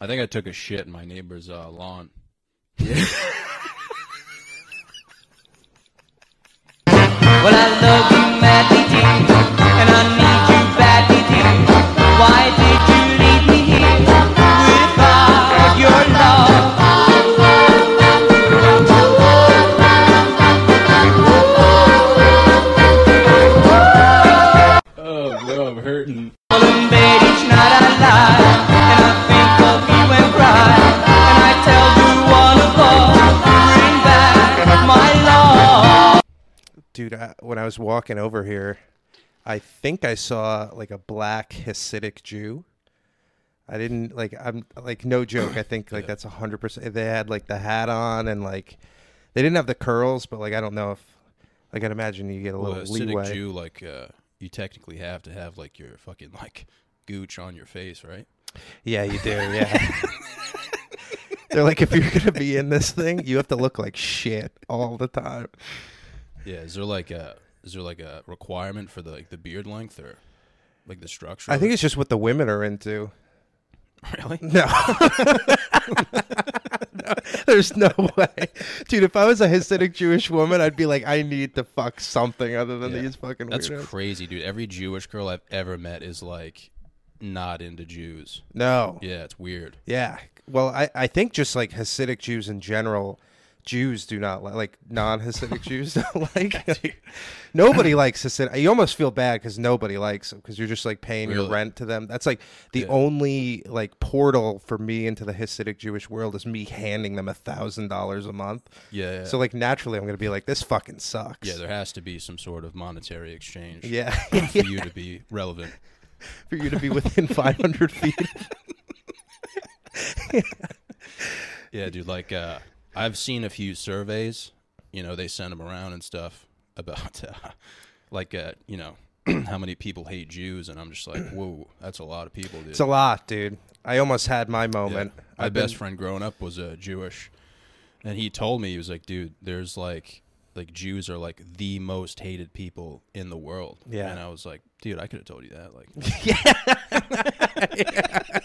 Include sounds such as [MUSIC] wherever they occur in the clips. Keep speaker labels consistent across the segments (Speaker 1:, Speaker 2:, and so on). Speaker 1: I think I took a shit in my neighbor's uh, lawn.
Speaker 2: Well, I love you madly, dear, and I need you badly, dear. Why did you leave me here without your love?
Speaker 1: Oh, bro, I'm hurting.
Speaker 2: Well, in bed each night I lie, and I think of you and cry, and I tell you all above, bring back my love.
Speaker 3: Dude, I, when I was walking over here, I think I saw like a black Hasidic Jew. I didn't like I'm like no joke. I think like that's a hundred percent. They had like the hat on and like they didn't have the curls, but like I don't know if like I'd imagine you get a
Speaker 1: Well,
Speaker 3: little
Speaker 1: a Hasidic
Speaker 3: leeway.
Speaker 1: Jew, like, uh, you technically have to have, like, your fucking, like, gooch on your face, right? [LAUGHS]
Speaker 3: Yeah, you do. Yeah. They're like, if you're gonna be in this thing, you have to look like shit all the time.
Speaker 1: Yeah, is there, like, a... Is there like a requirement for the like the beard length or like the structure?
Speaker 3: I think it's just what the women are into.
Speaker 1: really.
Speaker 3: [LAUGHS] No. No, There's no way. Dude, if I was a Hasidic Jewish woman, I'd be like, I need to fuck something other than
Speaker 1: Yeah.
Speaker 3: these fucking
Speaker 1: That's
Speaker 3: weirdos.
Speaker 1: crazy, dude. Every Jewish girl I've ever met is like not into Jews.
Speaker 3: no. Yeah.
Speaker 1: Yeah, it's weird.
Speaker 3: Well, I, I think just like Hasidic Jews in general, Jews do not like, like non
Speaker 1: [LAUGHS]
Speaker 3: Hasidic Jews don't like. nobody likes Hasidic. You almost feel bad because nobody likes them because you're just like paying your
Speaker 1: Really?
Speaker 3: rent to them. That's like the
Speaker 1: Yeah.
Speaker 3: only like portal for me into the Hasidic Jewish world is me handing them a thousand dollars a month.
Speaker 1: Yeah. yeah.
Speaker 3: So like naturally, I'm gonna be like, this fucking sucks.
Speaker 1: yeah, there has to be some sort of monetary exchange
Speaker 3: [LAUGHS] yeah, [LAUGHS]
Speaker 1: for you to be relevant.
Speaker 3: for you to be within
Speaker 1: [LAUGHS]
Speaker 3: 500 feet.
Speaker 1: Yeah, dude. Like, uh, I've seen a few surveys. You know, they send them around and stuff about, [LAUGHS] uh, like, uh, you know, [CLEARS THROAT] how many people hate Jews, and I'm just
Speaker 3: [CLEARS THROAT]
Speaker 1: like, whoa, that's a lot of people, dude.
Speaker 3: It's a lot, dude. I almost had my
Speaker 1: Yeah.
Speaker 3: moment.
Speaker 1: My
Speaker 3: I've
Speaker 1: best
Speaker 3: been-
Speaker 1: friend growing up was uh, Jewish, and he told me he was like, "Dude, there's like, like Jews are like the most hated people in the world."
Speaker 3: Yeah.
Speaker 1: and I was like, "Dude, I could have told you that." Like,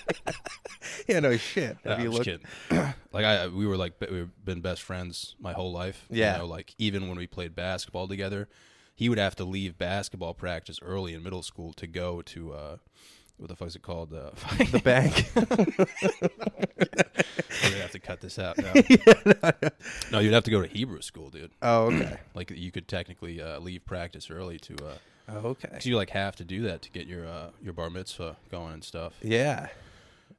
Speaker 3: [LAUGHS] Yeah, no shit.
Speaker 1: nah,
Speaker 3: Have you
Speaker 1: I'm just
Speaker 3: looked?
Speaker 1: kidding. [CLEARS THROAT] like, I we were like be- we've been best friends my whole life.
Speaker 3: Yeah.
Speaker 1: you know, like even when we played basketball together, he would have to leave basketball practice early in middle school to go to uh, what the fuck's it called? Uh, [LAUGHS]
Speaker 3: [LAUGHS] The bank.
Speaker 1: we're gonna have to cut this
Speaker 3: [LAUGHS]
Speaker 1: out. Now. no, you'd have to go to Hebrew school, dude.
Speaker 3: [LAUGHS] oh, okay.
Speaker 1: like you could technically uh, leave practice early to uh
Speaker 3: Oh, okay.
Speaker 1: 'cause you like have to do that to get your uh your bar mitzvah going and stuff
Speaker 3: Yeah,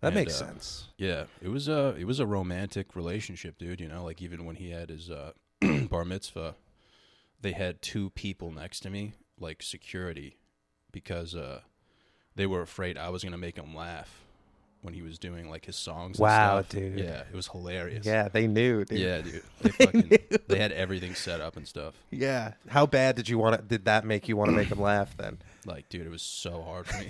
Speaker 3: that
Speaker 1: And,
Speaker 3: makes
Speaker 1: uh,
Speaker 3: sense.
Speaker 1: yeah it was a it was a romantic relationship dude you know like even when he had his uh [CLEARS THROAT] bar mitzvah they had two people next to me like security because uh they were afraid i was gonna make him laugh when he was doing like his songs and
Speaker 3: Wow,
Speaker 1: stuff.
Speaker 3: dude.
Speaker 1: yeah it was hilarious
Speaker 3: Yeah, they knew, dude.
Speaker 1: yeah dude they fucking
Speaker 3: [LAUGHS]
Speaker 1: they had everything set up and stuff
Speaker 3: Yeah. How bad did you want to? Did that make you want to make them laugh? Then
Speaker 1: like dude it was so hard for me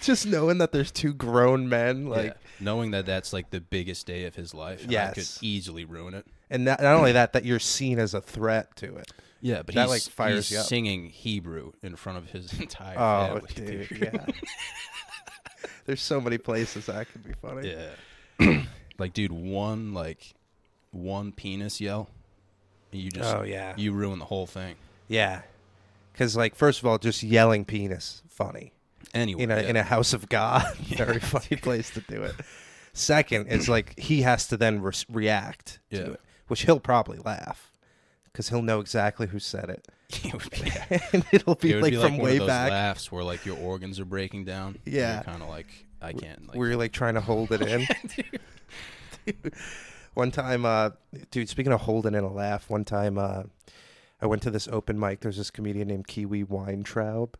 Speaker 3: just knowing that there's two grown men, [LAUGHS] like,
Speaker 1: like knowing that that's like the biggest day of his life. and I could
Speaker 3: Yes.
Speaker 1: easily ruin it.
Speaker 3: and that, not only that, that you're seen as a threat to it.
Speaker 1: Yeah, but
Speaker 3: That,
Speaker 1: he's,
Speaker 3: like, fires
Speaker 1: he's
Speaker 3: you up.
Speaker 1: singing Hebrew in front of his [LAUGHS] entire
Speaker 3: Oh,
Speaker 1: family.
Speaker 3: dude,
Speaker 1: dude.
Speaker 3: yeah. There's so many places that could be funny.
Speaker 1: [LAUGHS] Yeah, like dude, one like one penis yell, and you just
Speaker 3: Oh, yeah.
Speaker 1: you ruin the whole thing.
Speaker 3: Yeah. Cuz like first of all just yelling penis funny
Speaker 1: Anyway,
Speaker 3: in a
Speaker 1: yeah.
Speaker 3: in a house of
Speaker 1: [LAUGHS]
Speaker 3: God, [LAUGHS] very funny place to do it. Second, it's like he has to then re- react
Speaker 1: Yeah.
Speaker 3: to it, which he'll probably laugh cuz he'll know exactly who said it. [LAUGHS]
Speaker 1: it would be, yeah. [LAUGHS]
Speaker 3: and it'll be
Speaker 1: It would
Speaker 3: like
Speaker 1: be like
Speaker 3: from
Speaker 1: one
Speaker 3: way
Speaker 1: of those
Speaker 3: back
Speaker 1: laughs where like your organs are breaking down. and
Speaker 3: Yeah.
Speaker 1: you're kind of like I can't. Like,
Speaker 3: where you're like trying to hold it in. Dude. One time, uh, dude, speaking of holding in a laugh, one time uh, I went to this open mic. There's this comedian named Kiwi Weintraub,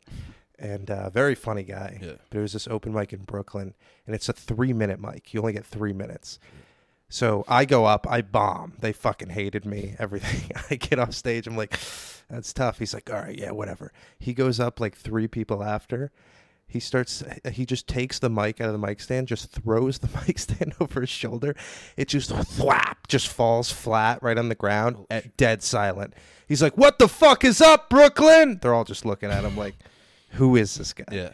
Speaker 3: and uh, very funny guy.
Speaker 1: Yeah.
Speaker 3: But it was this open mic in Brooklyn, and it's a three minute mic. You only get three minutes. So I go up, I bomb. They fucking hated me, [LAUGHS] everything. I get off stage, I'm like, that's tough. He's like, all right, yeah, whatever. He goes up like three people after. He starts, he just takes the mic out of the mic stand, just throws the [LAUGHS] mic stand over his shoulder. It just whap, just falls flat right on the ground, at dead silent. He's like, what the fuck is up, Brooklyn? They're all just looking at him like, who is this guy?
Speaker 1: yeah,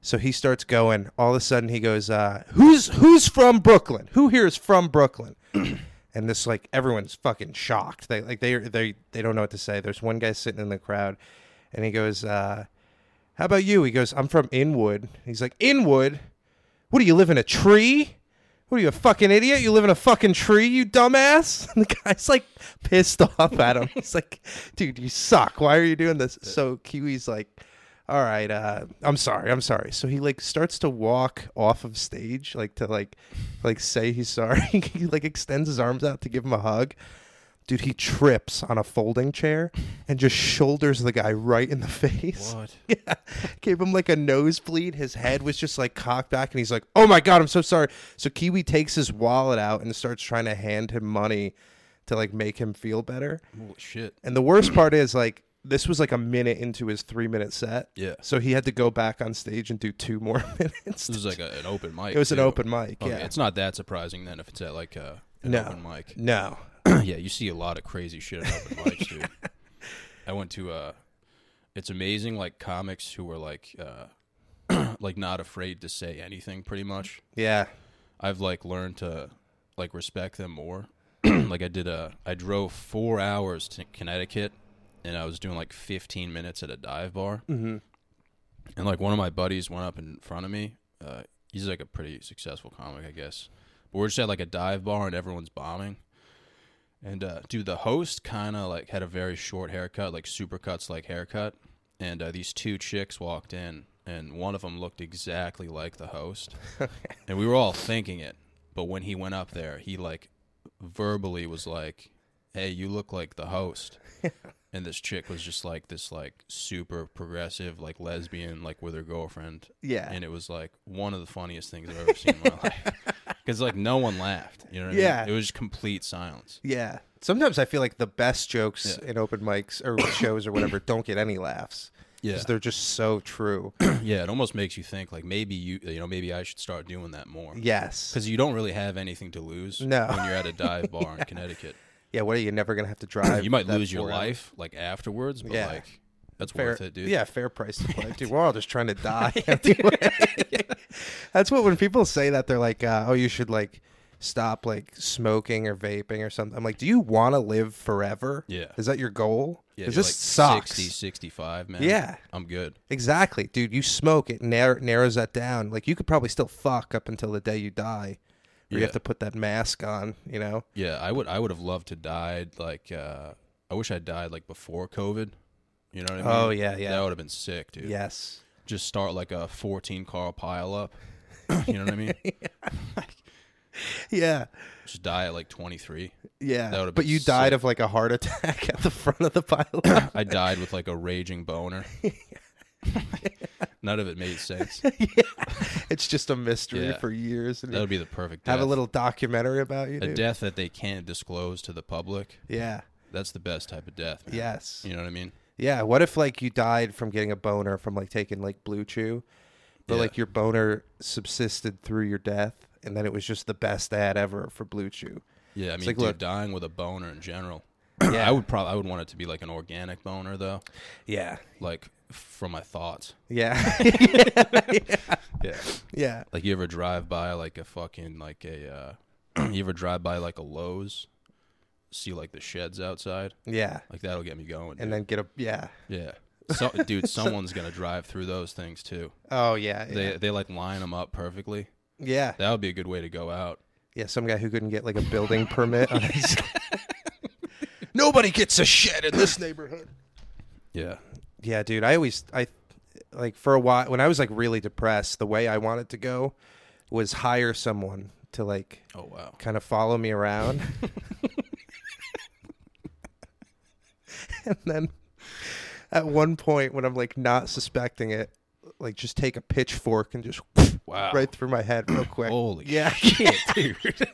Speaker 3: So he starts going. All of a sudden, he goes, uh, "Who's who's from Brooklyn? Who here is from Brooklyn?" [CLEARS THROAT] and this like everyone's fucking shocked. They like they they they don't know what to say. There's one guy sitting in the crowd, and he goes, uh, "How about you?" He goes, "I'm from Inwood." He's like, "Inwood? What do you live in a tree?" What are you, a fucking idiot? You live in a fucking tree, you dumbass? [LAUGHS] And the guy's like pissed off at him. [LAUGHS] He's like, dude, you suck. Why are you doing this? So Kiwi's like, all right, uh, I'm sorry, I'm sorry. So he like starts to walk off of stage, like to like like say he's sorry. [LAUGHS] he like extends his arms out to give him a hug. Dude, he trips on a folding chair and just shoulders the guy right in the [LAUGHS] face.
Speaker 1: What?
Speaker 3: Yeah. [LAUGHS] Gave him like a nosebleed. His head was just like cocked back, and he's like, "Oh my god, I'm so sorry." So Kiwi takes his wallet out and starts trying to hand him money to like make him feel better.
Speaker 1: Holy shit.
Speaker 3: And the worst part is like this was like a minute into his three minute set.
Speaker 1: Yeah.
Speaker 3: So he had to go back on stage and do two more [LAUGHS] minutes.
Speaker 1: This is like a, an open mic.
Speaker 3: it was an
Speaker 1: too.
Speaker 3: open mic.
Speaker 1: Okay,
Speaker 3: yeah.
Speaker 1: It's not that surprising then if it's at like a, an
Speaker 3: No.
Speaker 1: open mic.
Speaker 3: no.
Speaker 1: [CLEARS THROAT] yeah, you see a lot of crazy shit at open mics, dude. I went to uh it's amazing like comics who were like uh [CLEARS THROAT] like not afraid to say anything pretty much.
Speaker 3: Yeah.
Speaker 1: I've like learned to like respect them more. [CLEARS THROAT] like I did a I drove 4 hours to Connecticut and I was doing like 15 minutes at a dive bar.
Speaker 3: Mhm.
Speaker 1: And like one of my buddies went up in front of me. Uh he's like a pretty successful comic, I guess. But we're just at like a dive bar and everyone's bombing. And uh, dude, the host kind of like had a very short haircut, like supercuts like haircut. And uh, these two chicks walked in, and one of them looked exactly like the
Speaker 3: [LAUGHS]
Speaker 1: host. and we were all thinking it, but when he went up there, he like verbally was like, "Hey, you look like the
Speaker 3: [LAUGHS]
Speaker 1: host." and this chick was just like this like super progressive like lesbian like with her girlfriend.
Speaker 3: Yeah.
Speaker 1: And it was like one of the funniest things I've ever seen in
Speaker 3: [LAUGHS]
Speaker 1: my life. Because like no one laughed, you know. What I
Speaker 3: Yeah.
Speaker 1: mean? it was just complete silence.
Speaker 3: Yeah. Sometimes I feel like the best jokes
Speaker 1: Yeah.
Speaker 3: in open mics or shows or whatever don't get any laughs. 'Cause
Speaker 1: Yeah.
Speaker 3: they're just so true. [CLEARS THROAT]
Speaker 1: Yeah, it almost makes you think like maybe you you know maybe I should start doing that more
Speaker 3: yes.
Speaker 1: because you don't really have anything to lose.
Speaker 3: No.
Speaker 1: when you're at
Speaker 3: [LAUGHS]
Speaker 1: a dive bar in Connecticut,
Speaker 3: Yeah, what are you never gonna
Speaker 1: [CLEARS THROAT]
Speaker 3: have to drive?
Speaker 1: you might
Speaker 3: that
Speaker 1: lose your
Speaker 3: four hours?
Speaker 1: life like afterwards, but
Speaker 3: Yeah.
Speaker 1: like that's
Speaker 3: Fair,
Speaker 1: worth it, dude.
Speaker 3: Yeah, fair price
Speaker 1: [LAUGHS]
Speaker 3: to play. dude, we're all just trying to die. anyway. [LAUGHS] That's what when people say that they're like, uh, "Oh, you should like stop like smoking or vaping or something." I'm like, "Do you want to live forever?
Speaker 1: Yeah.
Speaker 3: is that your goal?
Speaker 1: yeah,
Speaker 3: 'Cause
Speaker 1: you're,
Speaker 3: this
Speaker 1: like,
Speaker 3: sucks.
Speaker 1: 60, 65, man.
Speaker 3: Yeah.
Speaker 1: I'm good.
Speaker 3: Exactly, dude. You smoke it narr- narrows that down. Like you could probably still fuck up until the day you die. Or You
Speaker 1: Yeah.
Speaker 3: have to put that mask on, you know.
Speaker 1: Yeah, I would I would have loved to died like uh I wish I died like before COVID. You know what I mean?
Speaker 3: Oh, yeah, yeah.
Speaker 1: That would have been sick, dude.
Speaker 3: Yes,
Speaker 1: just start like a 14 car pile
Speaker 3: [LAUGHS]
Speaker 1: up. you know what I mean?
Speaker 3: yeah,
Speaker 1: Just die at like 23.
Speaker 3: yeah.
Speaker 1: That would've
Speaker 3: but
Speaker 1: been
Speaker 3: you died
Speaker 1: sick.
Speaker 3: of like a heart [LAUGHS] attack at the front of
Speaker 1: [COUGHS]
Speaker 3: the pile.
Speaker 1: I died with like a raging boner. None of it made
Speaker 3: [LAUGHS]
Speaker 1: sense.
Speaker 3: it's just a mystery
Speaker 1: Yeah.
Speaker 3: for years. And
Speaker 1: That would be the perfect death.
Speaker 3: have a little documentary about you.
Speaker 1: a
Speaker 3: Dude.
Speaker 1: death that they can't disclose to the public.
Speaker 3: yeah.
Speaker 1: That's the best type of death. man.
Speaker 3: Yes.
Speaker 1: You know what I mean?
Speaker 3: Yeah. What if like you died from getting a boner from like taking like blue chew, but
Speaker 1: Yeah.
Speaker 3: like your boner subsisted through your death, and then it was just the best ad ever for blue chew.
Speaker 1: Yeah, I mean,
Speaker 3: like,
Speaker 1: dude,
Speaker 3: look-
Speaker 1: dying with a boner in general.
Speaker 3: [CLEARS THROAT] Yeah.
Speaker 1: I would probably I would want it to be like an organic boner though,
Speaker 3: Yeah.
Speaker 1: like from my thoughts. [LAUGHS]
Speaker 3: Yeah. [LAUGHS]
Speaker 1: Yeah.
Speaker 3: yeah.
Speaker 1: Like you ever drive by like a fucking like a uh [CLEARS THROAT] you ever drive by like a Lowe's, see like the sheds outside?
Speaker 3: Yeah.
Speaker 1: Like that'll get me going.
Speaker 3: And then get a yeah.
Speaker 1: Yeah.
Speaker 3: [LAUGHS]
Speaker 1: So, dude, someone's gonna drive through those things too.
Speaker 3: Oh yeah. Yeah.
Speaker 1: They they like line them up perfectly.
Speaker 3: yeah.
Speaker 1: That would be a good way to go out.
Speaker 3: Yeah, some guy who couldn't get like a building permit.
Speaker 1: [LAUGHS]
Speaker 3: On his... Nobody gets a shed in this neighborhood.
Speaker 1: [LAUGHS] Yeah.
Speaker 3: Yeah, dude. I always I like for a while when I was like really depressed, the way I wanted to go was hire someone to like
Speaker 1: Oh wow.
Speaker 3: kind of follow me around.
Speaker 1: [LAUGHS]
Speaker 3: [LAUGHS] and then at one point when I'm like not suspecting it, like just take a pitchfork and just
Speaker 1: Wow.
Speaker 3: right through my
Speaker 1: [CLEARS THROAT]
Speaker 3: head real quick.
Speaker 1: Holy
Speaker 3: yeah.
Speaker 1: shit, dude.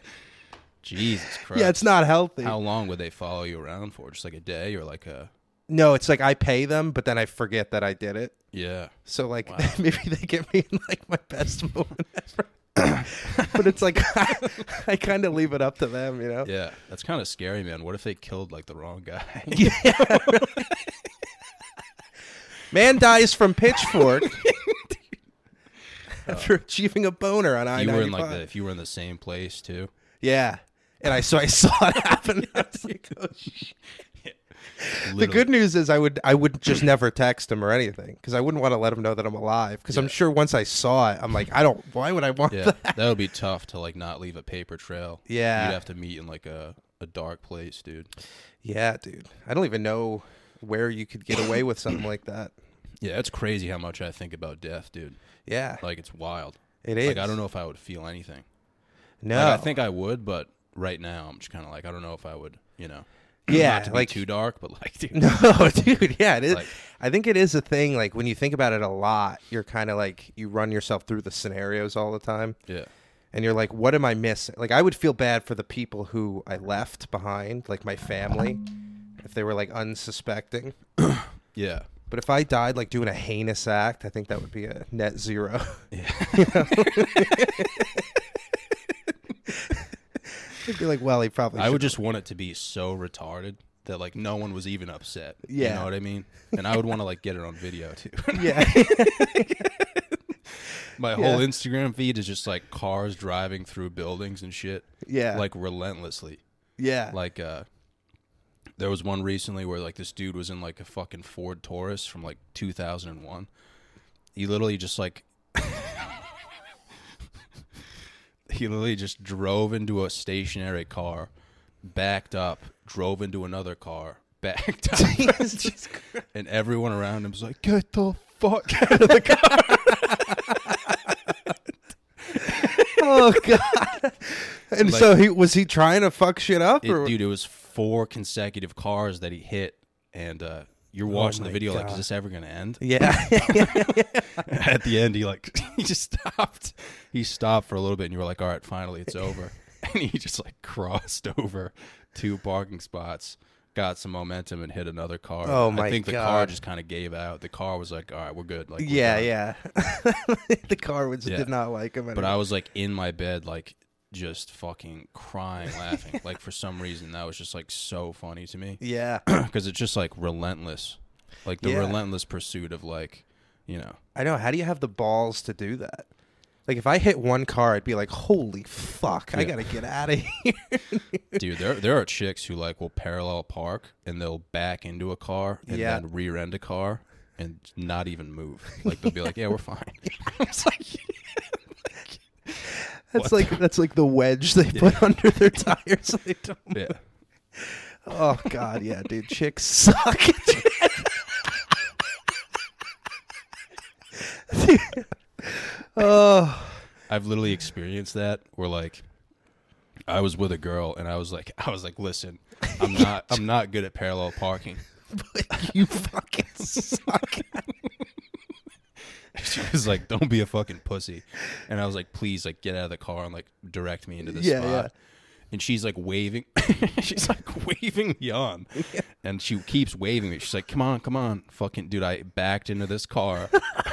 Speaker 1: Jesus Christ.
Speaker 3: [LAUGHS] yeah, it's not healthy.
Speaker 1: How long would they follow you around for? Just like a day or like a
Speaker 3: No, it's like I pay them, but then I forget that I did it.
Speaker 1: yeah.
Speaker 3: So like [LAUGHS] maybe they get me in like my best moment [LAUGHS] ever.
Speaker 1: [COUGHS]
Speaker 3: but it's like [LAUGHS] I, kind of leave it up to them, you know.
Speaker 1: Yeah. That's kind of scary, man. What if they killed like the wrong guy? [LAUGHS] [LAUGHS]
Speaker 3: Man dies from pitchfork. [LAUGHS] after achieving a boner on I
Speaker 1: you were in
Speaker 3: ninety
Speaker 1: like the,
Speaker 3: five.
Speaker 1: if you were in the same place too.
Speaker 3: Yeah, and I so I saw it [LAUGHS] happen. I
Speaker 1: [LAUGHS]
Speaker 3: was like, oh, shit. The
Speaker 1: Literally.
Speaker 3: good news is I would I would just never text him or anything because I wouldn't want to let him know that I'm alive because I'm sure once I saw it I'm like I don't why would I
Speaker 1: [LAUGHS]
Speaker 3: want
Speaker 1: Yeah,
Speaker 3: [LAUGHS] that
Speaker 1: that would be tough to like not leave a paper trail.
Speaker 3: Yeah.
Speaker 1: you'd have to meet in like a, a dark place, dude.
Speaker 3: yeah dude I don't even know where you could get away with something like that
Speaker 1: Yeah, it's crazy how much I think about death, dude.
Speaker 3: yeah
Speaker 1: Like it's wild.
Speaker 3: It
Speaker 1: Like I
Speaker 3: is.
Speaker 1: don't know if I would feel anything.
Speaker 3: no
Speaker 1: Like, I think I would, but right now I'm just kind of like I don't know if I would. You know,
Speaker 3: yeah
Speaker 1: not to be
Speaker 3: like
Speaker 1: too dark, but like [LAUGHS] dude,
Speaker 3: [LAUGHS] No, dude. Yeah, it is.
Speaker 1: Like-
Speaker 3: I think it is a thing. Like when you think about it a lot, you're kind of like you run yourself through the scenarios all the time,
Speaker 1: yeah.
Speaker 3: and you're like, "What am I missing?" Like I would feel bad for the people who I left behind, like my family, if they were like unsuspecting.
Speaker 1: Yeah.
Speaker 3: But if I died like doing a heinous act, I think that would be a net zero.
Speaker 1: [LAUGHS] Yeah.
Speaker 3: [LAUGHS] I'd be like, "Well, he probably."
Speaker 1: I
Speaker 3: should-
Speaker 1: would just want it to be so retarded that like no one was even upset. You
Speaker 3: Yeah.
Speaker 1: know what I mean? And I would want to like get it on video too. [LAUGHS]
Speaker 3: [LAUGHS] Yeah.
Speaker 1: My whole Instagram feed is just like cars driving through buildings and shit.
Speaker 3: Yeah.
Speaker 1: Like relentlessly.
Speaker 3: yeah.
Speaker 1: Like uh there was one recently where like this dude was in like a fucking Ford Taurus from like 2001. He literally just like [LAUGHS] he literally just drove into a stationary car, backed up, drove into another car, [LAUGHS] backed up,
Speaker 3: Jesus Christ.
Speaker 1: and everyone around him was like, "Get the fuck out of the car!"
Speaker 3: oh [LAUGHS] God. And
Speaker 1: Like-
Speaker 3: so he was he trying to fuck shit
Speaker 1: [LAUGHS]
Speaker 3: up
Speaker 1: It-
Speaker 3: or
Speaker 1: dude, it was four consecutive cars that he hit, and uh, you're watching the
Speaker 3: Oh my
Speaker 1: video like, "Is
Speaker 3: God.
Speaker 1: this ever gonna end?"
Speaker 3: yeah. [LAUGHS]
Speaker 1: [LAUGHS] At the end, he like he just stopped. He stopped for a little bit, and you were like, "All right, finally, it's
Speaker 3: [LAUGHS]
Speaker 1: over." [LAUGHS] And he just like crossed over two parking spots, got some momentum, and hit another car.
Speaker 3: Oh,
Speaker 1: I
Speaker 3: my
Speaker 1: think the car
Speaker 3: God.
Speaker 1: just kind of gave out. The car was like, "All right, we're good." Like, we're
Speaker 3: Yeah,
Speaker 1: done.
Speaker 3: yeah. [LAUGHS] the car was
Speaker 1: Yeah.
Speaker 3: did not like him.
Speaker 1: But I was like in my bed, like just fucking crying, laughing. like for some reason, that was just like so funny to me
Speaker 3: yeah, [CLEARS THROAT]
Speaker 1: [CLEARS THROAT] because it's just like relentless, like the
Speaker 3: Yeah.
Speaker 1: relentless pursuit of like, you know,
Speaker 3: I know. How do you have the balls to do that? Like, if I hit one car, I'd be like, "Holy fuck! I
Speaker 1: Yeah.
Speaker 3: gotta get out of [LAUGHS] here."
Speaker 1: dude. There there are chicks who like will parallel park and they'll back into a car and
Speaker 3: Yeah.
Speaker 1: then rear end a car and not even move. Like they'll be like, yeah, we're fine. it's like
Speaker 3: [LAUGHS] That's like that's like the wedge they put [LAUGHS] under their tires. [LAUGHS] so they don't.
Speaker 1: yeah.
Speaker 3: Oh god, yeah, dude. Chicks suck. [LAUGHS] oh
Speaker 1: I've literally experienced that where like I was with a girl and I was like [LAUGHS] I was like listen I'm not I'm not good at parallel parking.
Speaker 3: you fucking suck.
Speaker 1: [LAUGHS] She was like don't be a fucking pussy. And I was like please like get out of the car and like direct me into this
Speaker 3: Yeah,
Speaker 1: spot.
Speaker 3: yeah.
Speaker 1: And she's like waving [LAUGHS] she's like waving me
Speaker 3: [LAUGHS]
Speaker 1: on. And she keeps waving me. She's like come on come on fucking dude I backed into this car.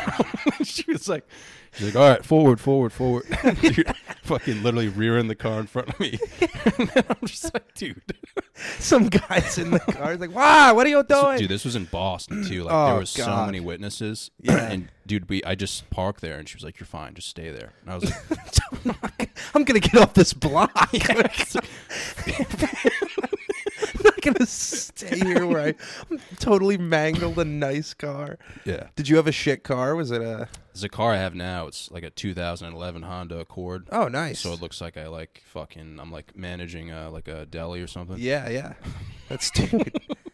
Speaker 1: [LAUGHS] she was like she's like all right forward forward forward. [LAUGHS] dude, fucking literally rear in the car in front of me. [LAUGHS] and then I'm just like dude
Speaker 3: Some guys in the car is like, "Wow, what are you doing?"
Speaker 1: Dude, this was in Boston too. Like there
Speaker 3: Oh,
Speaker 1: was so
Speaker 3: God.
Speaker 1: many witnesses.
Speaker 3: Yeah.
Speaker 1: [CLEARS THROAT] And dude, we I just parked there and she was like, You're fine, just stay there. And I was
Speaker 3: [LAUGHS]
Speaker 1: like,
Speaker 3: [LAUGHS] I'm gonna get off this block. [LAUGHS] I'm not gonna stay here where I I'm totally mangled a nice car.
Speaker 1: Yeah.
Speaker 3: Did you have a shit car? Was it a?
Speaker 1: The car I have now, it's like a 2011 Honda Accord.
Speaker 3: Oh, nice.
Speaker 1: So it looks like I like fucking I'm like managing uh, like a deli or something.
Speaker 3: yeah, yeah. That's [LAUGHS] dude.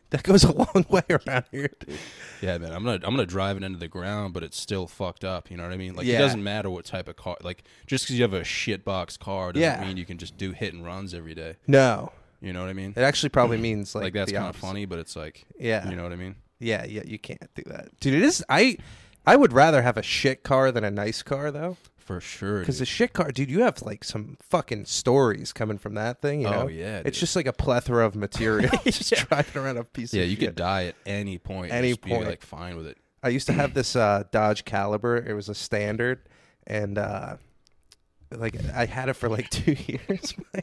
Speaker 3: that goes a long way around here. dude.
Speaker 1: Yeah, man. I'm gonna I'm gonna drive it into the ground, but it's still fucked up. You know what I mean? Like it
Speaker 3: Yeah.
Speaker 1: doesn't matter what type of car. Like just because you have a shitbox car doesn't
Speaker 3: Yeah.
Speaker 1: mean you can just do hit and runs every day.
Speaker 3: No,
Speaker 1: You know what I mean?
Speaker 3: it actually probably means like,
Speaker 1: Mm. Like that's
Speaker 3: the
Speaker 1: kind of
Speaker 3: opposite.
Speaker 1: funny, but it's like
Speaker 3: Yeah.
Speaker 1: You know what I mean?
Speaker 3: Yeah, yeah. You can't do that, dude. It is. I I would rather have a shit car than a nice car though,
Speaker 1: For sure.
Speaker 3: because
Speaker 1: dude.
Speaker 3: the shit car, dude. You have like some fucking stories coming from that thing. You
Speaker 1: Oh,
Speaker 3: know?
Speaker 1: yeah, dude.
Speaker 3: It's just like a plethora
Speaker 1: [LAUGHS]
Speaker 3: of material. [LAUGHS] just driving around a piece.
Speaker 1: Yeah,
Speaker 3: of
Speaker 1: you
Speaker 3: shit.
Speaker 1: could die at any point. and
Speaker 3: Any
Speaker 1: just
Speaker 3: point.
Speaker 1: be like fine with it.
Speaker 3: I used to have this uh, Dodge Caliber. It was a standard, and uh, like I had it for like [LAUGHS] two years. my,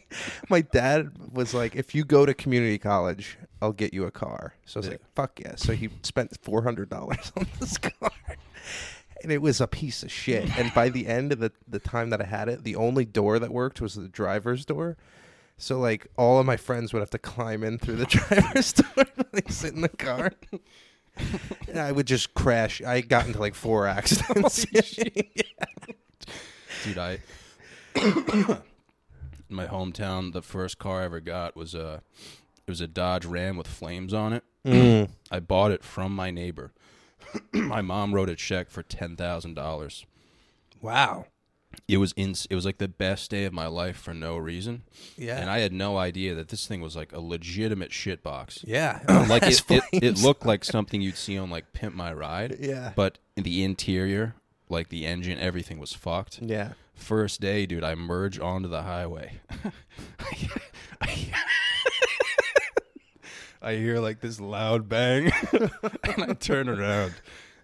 Speaker 3: my dad was like, "If you go to community college, I'll get [LAUGHS] you a car." So I was like, "Fuck yeah!" So he spent four hundred dollars on this car, and it was a piece of shit. And by the end of the, the time that I had it, the only door that worked was the driver's door. So like all of my friends would have to climb in through the [LAUGHS] driver's door [LAUGHS] and like sit in the car. and I would just crash. I got into like four [LAUGHS] accidents.
Speaker 1: dude
Speaker 3: [COUGHS]
Speaker 1: i in my hometown the first car i ever got was a it was a dodge ram with flames on it
Speaker 3: Mm.
Speaker 1: i bought it from my neighbor [COUGHS] my mom wrote a check for $10000
Speaker 3: wow.
Speaker 1: it was in it was like the best day of my life for no reason
Speaker 3: Yeah.
Speaker 1: and i had no idea that this thing was like a legitimate shit box
Speaker 3: Yeah.
Speaker 1: [LAUGHS] like
Speaker 3: [LAUGHS] That's
Speaker 1: it, it, it
Speaker 3: flames.
Speaker 1: looked like something you'd see on like pimp my ride
Speaker 3: Yeah.
Speaker 1: but in the interior like the engine everything was fucked
Speaker 3: Yeah.
Speaker 1: First day, dude, I merge onto the highway. [LAUGHS] I hear like this loud bang, [LAUGHS] and I turn around,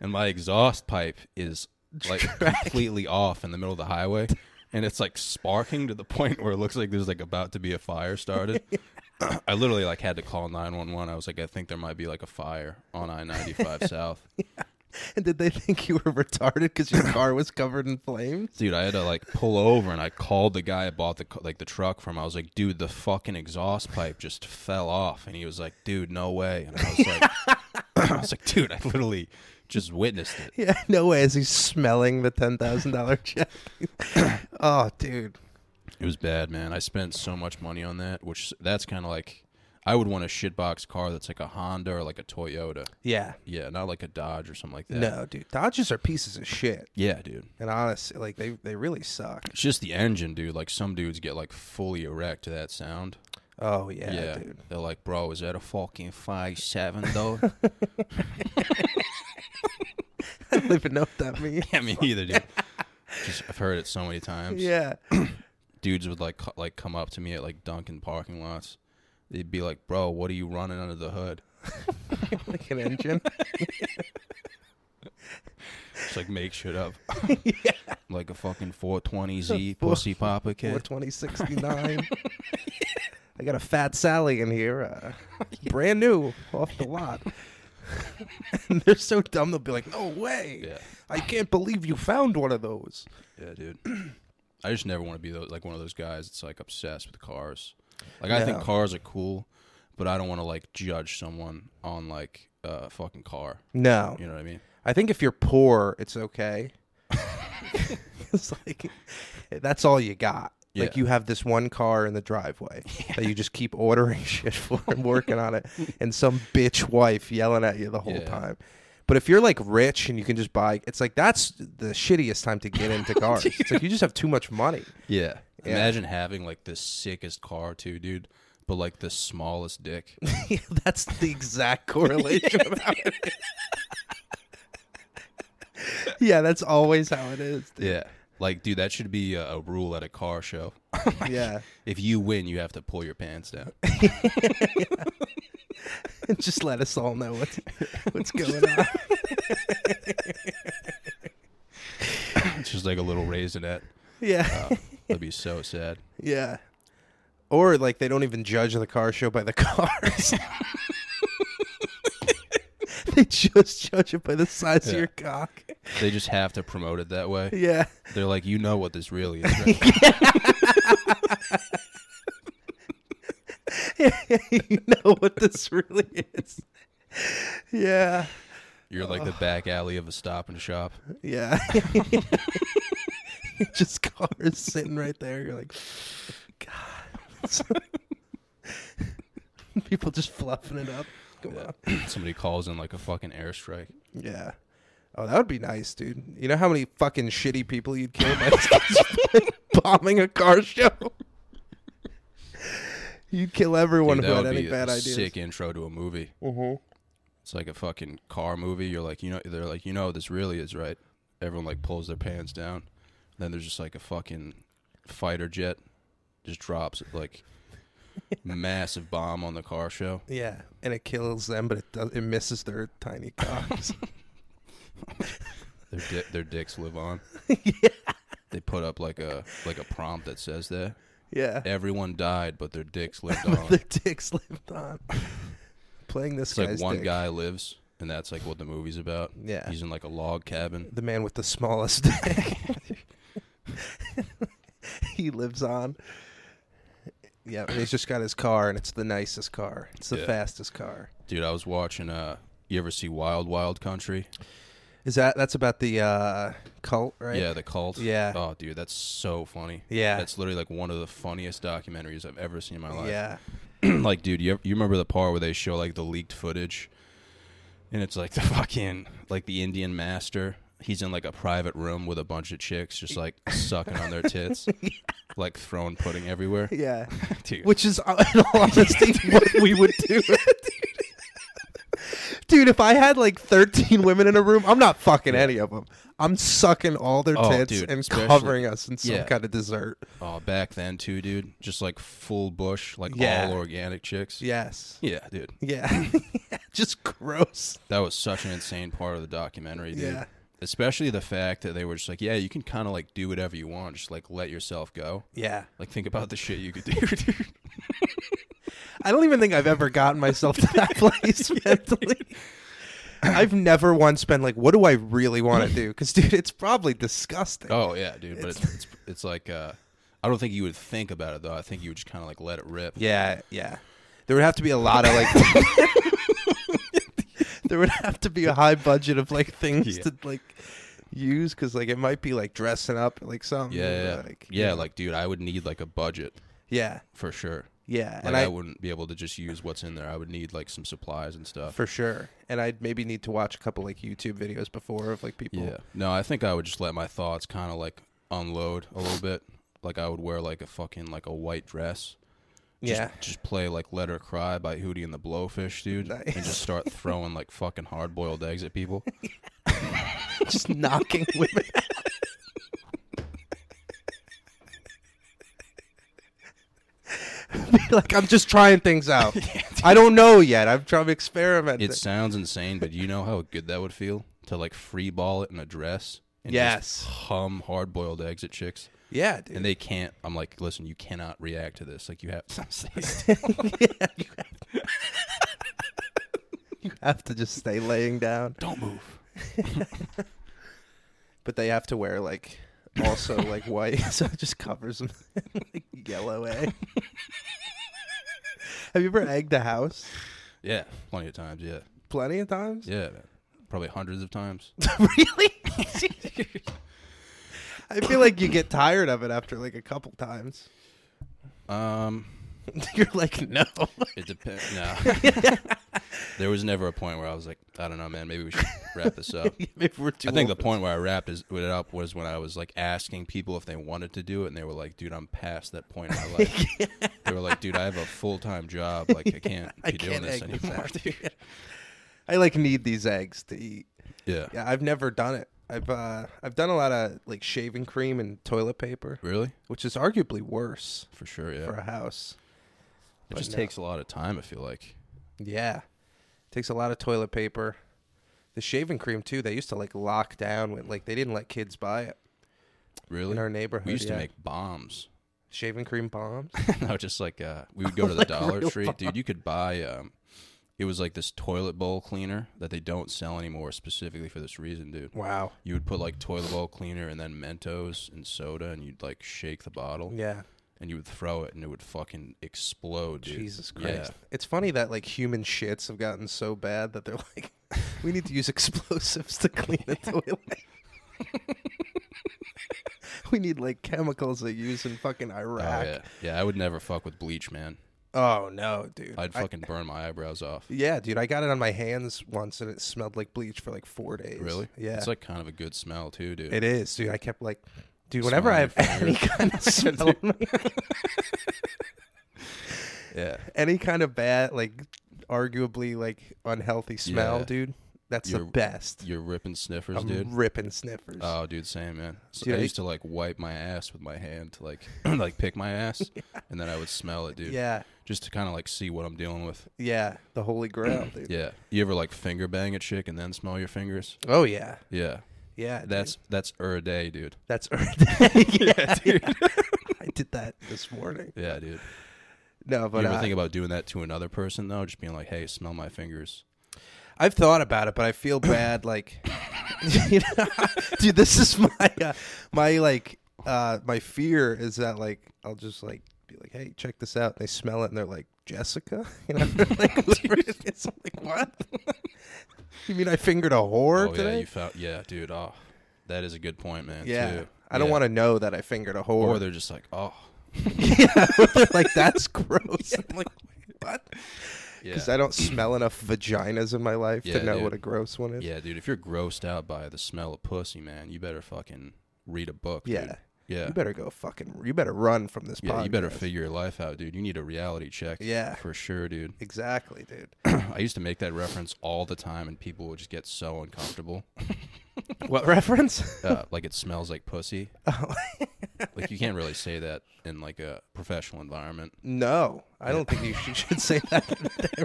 Speaker 1: and my exhaust pipe is
Speaker 3: [LAUGHS]
Speaker 1: like completely off in the middle of the highway, and it's like sparking to the point where it looks like there's like about to be a fire started.
Speaker 3: [LAUGHS]
Speaker 1: I literally like had to call nine one one. I was like, I think there might be like a fire on I ninety
Speaker 3: [LAUGHS]
Speaker 1: five South.
Speaker 3: And [LAUGHS] did they think you were retarded because your car was covered in flames?
Speaker 1: dude i had to like pull over and i called the guy i bought the c- like the truck from i was like dude the fucking exhaust pipe just fell off and he was like dude no way and i was like
Speaker 3: [LAUGHS]
Speaker 1: [CLEARS THROAT] i was like dude i literally just witnessed it
Speaker 3: [LAUGHS] Yeah, no way. Is he smelling the ten thousand [LAUGHS] dollar check? [COUGHS] oh, dude.
Speaker 1: it was bad man i spent so much money on that which that's kind of like i would want a shitbox car that's like a honda or like a toyota
Speaker 3: Yeah.
Speaker 1: yeah not like a dodge or something like that
Speaker 3: No, dude. Dodges are pieces of shit.
Speaker 1: yeah dude
Speaker 3: And honestly, like they they really suck.
Speaker 1: it's just the engine dude like some dudes get like fully erect to that sound
Speaker 3: Oh yeah,
Speaker 1: yeah,
Speaker 3: dude.
Speaker 1: they're like bro is that a fucking five seven though
Speaker 3: [LAUGHS] I don't even know what
Speaker 1: [LAUGHS]
Speaker 3: that [LAUGHS] means.
Speaker 1: Yeah, me either, dude. Just, I've heard it so many times.
Speaker 3: yeah.
Speaker 1: Dudes would like co- like come up to me at like Dunkin' parking lots. They'd be like, "Bro, what are you running under the hood?"
Speaker 3: like an engine.
Speaker 1: Just like make shit
Speaker 3: [LAUGHS]
Speaker 1: up. [LAUGHS] Like a fucking 420Z pussy popper
Speaker 3: Four
Speaker 1: kid.
Speaker 3: twenty sixty nine. I got a fat Sally in here, uh, brand new off the lot. and they're so dumb they'll be like, "No way!
Speaker 1: Yeah.
Speaker 3: I can't believe you found one of those."
Speaker 1: Yeah, dude. [CLEARS THROAT] I just never want to be those, like one of those guys that's like obsessed with cars. Like I think
Speaker 3: No.
Speaker 1: cars are cool, but I don't want to like judge someone on like a fucking car.
Speaker 3: No,
Speaker 1: You know what I mean?
Speaker 3: I think if you're poor, it's [LAUGHS] okay. it's like that's all you got. Like
Speaker 1: Yeah.
Speaker 3: you have this one car in the [LAUGHS] driveway that you just keep ordering [LAUGHS] shit for and working on [LAUGHS] it, and some bitch wife yelling at you the whole
Speaker 1: Yeah.
Speaker 3: time. But if you're like rich and you can just buy, it's like that's the shittiest time to [LAUGHS] get into cars. it's like you just have too much money.
Speaker 1: Yeah. Imagine having like the sickest car too, dude, but like the smallest dick.
Speaker 3: [LAUGHS] Yeah, that's the exact correlation. yeah. About it. [LAUGHS] yeah, that's always how it is. Dude.
Speaker 1: Yeah. Like, dude, that should be a, a rule at a car show.
Speaker 3: Yeah.
Speaker 1: If you win, you have to pull your pants down.
Speaker 3: and [LAUGHS] just let us all know what's what's going on. [LAUGHS]
Speaker 1: It's just like a little raisinette.
Speaker 3: Yeah,
Speaker 1: That'd be so sad.
Speaker 3: yeah. Or like they don't even judge the car show by the [LAUGHS] cars. they just judge it by the size
Speaker 1: Yeah.
Speaker 3: of your cock.
Speaker 1: They just have to promote it that way.
Speaker 3: Yeah, [LAUGHS]
Speaker 1: They're like, you know what this really is. Right?
Speaker 3: you know what this really is. Yeah,
Speaker 1: You're like the back alley of a stop and shop.
Speaker 3: yeah. [LAUGHS] just cars sitting right there. You're like, God. [LAUGHS] People just fluffing it up. Come on.
Speaker 1: Somebody calls in like a fucking airstrike.
Speaker 3: Yeah. Oh, that would be nice, dude. You know how many fucking shitty people you'd kill by
Speaker 1: [LAUGHS]
Speaker 3: [LAUGHS] just bombing a car show? You'd kill everyone
Speaker 1: Dude,
Speaker 3: who
Speaker 1: that
Speaker 3: had
Speaker 1: would
Speaker 3: any
Speaker 1: be
Speaker 3: bad
Speaker 1: a
Speaker 3: ideas.
Speaker 1: sick intro to a movie. It's like a fucking car movie. You're like, you know, they're like, you know, what this really is right. Everyone like pulls their pants down. Then there's just like a fucking fighter jet just drops like
Speaker 3: [LAUGHS]
Speaker 1: massive bomb on the car show.
Speaker 3: Yeah, and it kills them, but it does, it misses their
Speaker 1: [LAUGHS]
Speaker 3: tiny cocks.
Speaker 1: Their di- their dicks live
Speaker 3: [LAUGHS]
Speaker 1: on. They put up like a like a prompt that says that
Speaker 3: yeah,
Speaker 1: everyone died, but
Speaker 3: [LAUGHS]
Speaker 1: their dicks lived on.
Speaker 3: their dicks lived on. Playing this
Speaker 1: It's like
Speaker 3: guy's
Speaker 1: one
Speaker 3: dick.
Speaker 1: guy lives. and that's like what the movie's about.
Speaker 3: Yeah.
Speaker 1: he's in like a log cabin.
Speaker 3: the man with the smallest dick. [LAUGHS] he lives on. Yeah, he's just got his car, and it's the nicest car. It's the
Speaker 1: Yeah.
Speaker 3: fastest car.
Speaker 1: Dude, I was watching. Uh, you ever see Wild Wild Country?
Speaker 3: Is that that's about the uh, cult, right?
Speaker 1: Yeah, the cult.
Speaker 3: Yeah.
Speaker 1: Oh, dude, that's so funny.
Speaker 3: Yeah.
Speaker 1: That's literally like one of the funniest documentaries I've ever seen in my life.
Speaker 3: yeah.
Speaker 1: [CLEARS THROAT] like, dude, you, you remember the part where they show like the leaked footage, and it's like [LAUGHS] the fucking like the Indian master. He's in like a private room with a bunch of chicks, just like sucking
Speaker 3: [LAUGHS]
Speaker 1: on their tits, like throwing pudding everywhere. [LAUGHS]
Speaker 3: Yeah.
Speaker 1: Dude,
Speaker 3: Which is, uh, in all honesty,
Speaker 1: [LAUGHS]
Speaker 3: what we would do. [LAUGHS] Dude, if I had like 13 women in a room, I'm not fucking any of them. I'm sucking all their
Speaker 1: Oh,
Speaker 3: tits
Speaker 1: dude,
Speaker 3: and
Speaker 1: especially-
Speaker 3: covering us in some
Speaker 1: Yeah.
Speaker 3: kind of dessert.
Speaker 1: oh, back then too, dude, just like full bush, like
Speaker 3: Yeah.
Speaker 1: all organic chicks.
Speaker 3: Yes.
Speaker 1: yeah, dude,
Speaker 3: [LAUGHS] Yeah. Just gross.
Speaker 1: that was such an insane part of the documentary, dude.
Speaker 3: Yeah.
Speaker 1: Especially the fact that they were just like, yeah, you can kind of like do whatever you want, just like let yourself go.
Speaker 3: Yeah.
Speaker 1: Like think about the shit you could do, [LAUGHS] dude.
Speaker 3: I don't even think I've ever gotten myself to [LAUGHS] that place mentally. I've never once been like, what do I really want to do? Because, dude, it's probably disgusting.
Speaker 1: Oh yeah, dude. But it's it's, it's like uh, I don't think you would think about it though. I think you would just kind of like let it rip.
Speaker 3: Yeah, yeah. There would have to be a lot of like. [LAUGHS] there would have to be a high budget of like things
Speaker 1: Yeah.
Speaker 3: to like use because like it might be like dressing up like something.
Speaker 1: yeah, yeah,
Speaker 3: like,
Speaker 1: yeah. Like, dude, I would need like a budget
Speaker 3: yeah,
Speaker 1: for sure.
Speaker 3: yeah.
Speaker 1: Like,
Speaker 3: and
Speaker 1: I,
Speaker 3: I,
Speaker 1: wouldn't be able to just use what's in there. I would need like some supplies and stuff.
Speaker 3: for sure. And I'd maybe need to watch a couple like YouTube videos before of like people.
Speaker 1: yeah. No, I think I would just let my thoughts kind of like unload a little bit. Like I would wear like a fucking like a white dress. Just,
Speaker 3: yeah.
Speaker 1: Just play like "Let Her Cry" by Hootie and the Blowfish, dude, and just start throwing like fucking hard-boiled eggs at people.
Speaker 3: [LAUGHS] just knocking women. out. [LAUGHS] Be like I'm just trying things [LAUGHS] out. I don't know yet. I'm trying to experiment.
Speaker 1: It sounds insane, but you know how good that would feel to like free ball it in a dress. And
Speaker 3: Yes.
Speaker 1: Just hum hard boiled eggs at chicks,
Speaker 3: yeah, dude.
Speaker 1: and they can't. I'm like, listen, you cannot react to this. Like you have to stay
Speaker 3: yeah, you, have you have to just stay laying down.
Speaker 1: Don't move.
Speaker 3: But they have to wear like also [LAUGHS] like white, so it just covers them [LAUGHS] like yellow egg. [LAUGHS] have you ever egged a house?
Speaker 1: Yeah, plenty of times. Yeah,
Speaker 3: Plenty of times.
Speaker 1: yeah, man. probably hundreds of times.
Speaker 3: really? I feel like you get tired of it after like a couple times. [LAUGHS]
Speaker 1: Um,
Speaker 3: You're like, no. [LAUGHS]
Speaker 1: it depends. No, there was never a point where I was like, I don't know, man. Maybe we should wrap this up.
Speaker 3: Maybe we're too
Speaker 1: I think the
Speaker 3: old.
Speaker 1: point where I wrapped is, it up was when I was like asking people if they wanted to do it, and they were like, "Dude, I'm past that point in
Speaker 3: [LAUGHS]
Speaker 1: my life." They were like, "Dude, I have a full time job. Like, I can't
Speaker 3: [LAUGHS] I
Speaker 1: be
Speaker 3: can't
Speaker 1: doing this
Speaker 3: egg this
Speaker 1: anymore."
Speaker 3: out, [LAUGHS] I like need these eggs to eat.
Speaker 1: [LAUGHS] yeah.
Speaker 3: Yeah, I've never done it. I've uh, I've done a lot of like shaving cream and toilet paper,
Speaker 1: really,
Speaker 3: which is arguably worse
Speaker 1: for sure. Yeah,
Speaker 3: for a house.
Speaker 1: it just
Speaker 3: no.
Speaker 1: takes a lot of time. I feel like.
Speaker 3: Yeah, takes a lot of toilet paper. The shaving cream too. They used to like lock down when like they didn't let kids buy it
Speaker 1: Really,
Speaker 3: in our neighborhood.
Speaker 1: we used
Speaker 3: yeah.
Speaker 1: to make
Speaker 3: [LAUGHS]
Speaker 1: bombs. [LAUGHS]
Speaker 3: shaving cream bombs.
Speaker 1: no, just like uh, we
Speaker 3: [LAUGHS]
Speaker 1: would go to the Dollar Tree, dude. You could buy. Um, it was like this toilet bowl cleaner that they don't sell anymore, specifically for this reason, dude.
Speaker 3: wow.
Speaker 1: You would put like toilet bowl cleaner and then Mentos and soda, and you'd like shake the bottle.
Speaker 3: Yeah.
Speaker 1: and you would throw it and it would fucking explode. Dude.
Speaker 3: Jesus
Speaker 1: Yeah.
Speaker 3: Christ. It's funny that like human shits have gotten so bad that they're like, we need to use explosives to clean the toilet. we need like chemicals they use in fucking
Speaker 1: Oh,
Speaker 3: Iraq.
Speaker 1: yeah. Yeah, I would never fuck with bleach, man.
Speaker 3: Oh, no, dude.
Speaker 1: I'd
Speaker 3: I-
Speaker 1: fucking burn my eyebrows off.
Speaker 3: yeah, dude. I got it on my hands once and it smelled like bleach for like four days.
Speaker 1: Really?
Speaker 3: Yeah.
Speaker 1: It's like kind of a good smell too, dude.
Speaker 3: it is, dude. I kept like, dude. Whenever I
Speaker 1: Smelling
Speaker 3: have any
Speaker 1: [LAUGHS]
Speaker 3: kind of smell, in my-
Speaker 1: yeah.
Speaker 3: any kind of bad, like arguably like unhealthy smell,
Speaker 1: Yeah.
Speaker 3: dude. That's the
Speaker 1: You're-
Speaker 3: best.
Speaker 1: You're ripping sniffers,
Speaker 3: I'm
Speaker 1: dude.
Speaker 3: ripping sniffers.
Speaker 1: Oh, dude, same man. So
Speaker 3: Dude,
Speaker 1: I
Speaker 3: I-
Speaker 1: used to like wipe my ass with my hand, to, like [CLEARS THROAT] like pick my
Speaker 3: [LAUGHS]
Speaker 1: ass, and then I would smell it, dude.
Speaker 3: yeah,
Speaker 1: Just to kind of like see what I'm dealing with.
Speaker 3: yeah, the holy grail, dude.
Speaker 1: Yeah. You ever like finger bang a chick and then smell your fingers?
Speaker 3: Oh yeah,
Speaker 1: Yeah.
Speaker 3: yeah. dude.
Speaker 1: That's that's er day, dude.
Speaker 3: that's
Speaker 1: [LAUGHS]
Speaker 3: Earth Day. [LAUGHS] yeah, dude. I did that this morning.
Speaker 1: Yeah, dude.
Speaker 3: No, but
Speaker 1: you ever
Speaker 3: uh,
Speaker 1: think about doing that to another person though? Just being like, "Hey, smell my fingers."
Speaker 3: I've thought about it, but I
Speaker 1: [COUGHS]
Speaker 3: feel bad. Like, [LAUGHS] you know, [LAUGHS] dude, this is my uh, my like uh, my fear is that like I'll just like be like, hey, check this out. And they smell it and they're like, Jessica, [LAUGHS] you know, like,
Speaker 1: [LAUGHS]
Speaker 3: whatever [LAUGHS] it is. I'm like, what? you mean I fingered a whore
Speaker 1: oh yeah,
Speaker 3: today?
Speaker 1: you found yeah, dude. Oh, that is a good point, man.
Speaker 3: Yeah,
Speaker 1: too.
Speaker 3: I don't
Speaker 1: Yeah.
Speaker 3: want to know that I fingered a whore.
Speaker 1: Or they're just like, oh,
Speaker 3: [LAUGHS] yeah, [LAUGHS] they're like
Speaker 1: [LAUGHS]
Speaker 3: that's gross. I'm like, what?
Speaker 1: yeah,
Speaker 3: Because
Speaker 1: [CLEARS THROAT]
Speaker 3: I don't smell enough vaginas in my life
Speaker 1: Yeah,
Speaker 3: to know
Speaker 1: dude.
Speaker 3: what a gross one is.
Speaker 1: yeah, dude. If you're grossed out by the smell of pussy, man, you better fucking read a book.
Speaker 3: Yeah.
Speaker 1: dude. yeah.
Speaker 3: You better go fucking. You better run from this.
Speaker 1: Yeah, you better
Speaker 3: podcast.
Speaker 1: figure your life out, dude. You need a reality check.
Speaker 3: Yeah.
Speaker 1: For sure, dude.
Speaker 3: [CLEARS THROAT] Exactly, dude.
Speaker 1: [COUGHS] I used to make that reference all the time, and people would just get so uncomfortable.
Speaker 3: what reference?
Speaker 1: Uh, like, it smells like pussy.
Speaker 3: Oh.
Speaker 1: like, you can't really say that in, like, a professional environment.
Speaker 3: No, I don't think you should, should say that.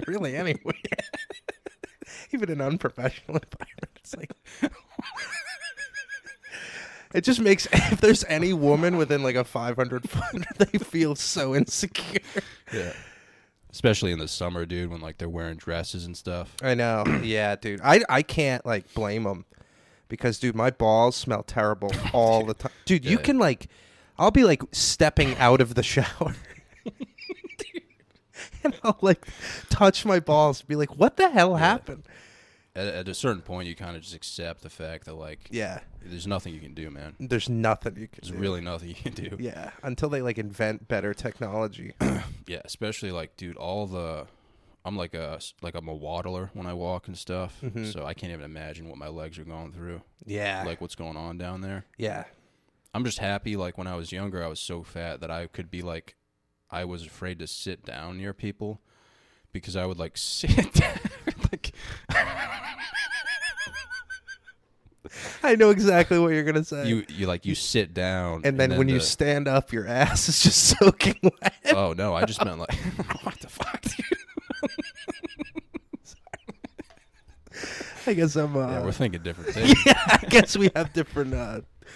Speaker 3: really, anyway. [LAUGHS] Even an unprofessional [LAUGHS] environment, it's like. It just makes [LAUGHS] if there's any woman within like a 500 foot, [LAUGHS] they feel so insecure.
Speaker 1: Yeah. Especially in the summer, dude, when, like, they're wearing dresses and stuff. [CLEARS THROAT]
Speaker 3: I know. Yeah, dude. I I can't like blame them because dude, my balls smell
Speaker 1: [LAUGHS]
Speaker 3: terrible all the time. Dude, you
Speaker 1: Yeah.
Speaker 3: can like I'll be like stepping out of
Speaker 1: [LAUGHS]
Speaker 3: the [LAUGHS] shower. and I'll like touch my balls and be like, "What the hell happened?"
Speaker 1: At, at a certain point, you kind of just accept the fact that, like,
Speaker 3: Yeah.
Speaker 1: there's nothing you can do, man.
Speaker 3: There's nothing you can
Speaker 1: There's
Speaker 3: do.
Speaker 1: really nothing you can do.
Speaker 3: yeah, until they like invent better
Speaker 1: [CLEARS THROAT]
Speaker 3: technology.
Speaker 1: Yeah, especially like, dude, all the. I'm like a like I'm a waddler when I walk and stuff,
Speaker 3: Mm-hmm.
Speaker 1: so I can't even imagine what my legs are going through,
Speaker 3: yeah.
Speaker 1: like what's going on down there.
Speaker 3: yeah.
Speaker 1: I'm just happy. Like when I was younger, I was so fat that I could be like, I was afraid to sit down near people because I would like [LAUGHS] sit. down, like
Speaker 3: I know exactly what you're going to say.
Speaker 1: you, you like you sit down,
Speaker 3: and then, when you
Speaker 1: the-
Speaker 3: stand up, your [LAUGHS] ass is just soaking wet.
Speaker 1: oh no, I just meant
Speaker 3: [LAUGHS]
Speaker 1: like [LAUGHS] what the fuck, dude?
Speaker 3: I guess I'm [LAUGHS] uh,
Speaker 1: Yeah, we're thinking
Speaker 3: [LAUGHS]
Speaker 1: different things.
Speaker 3: I guess we have different uh,
Speaker 1: I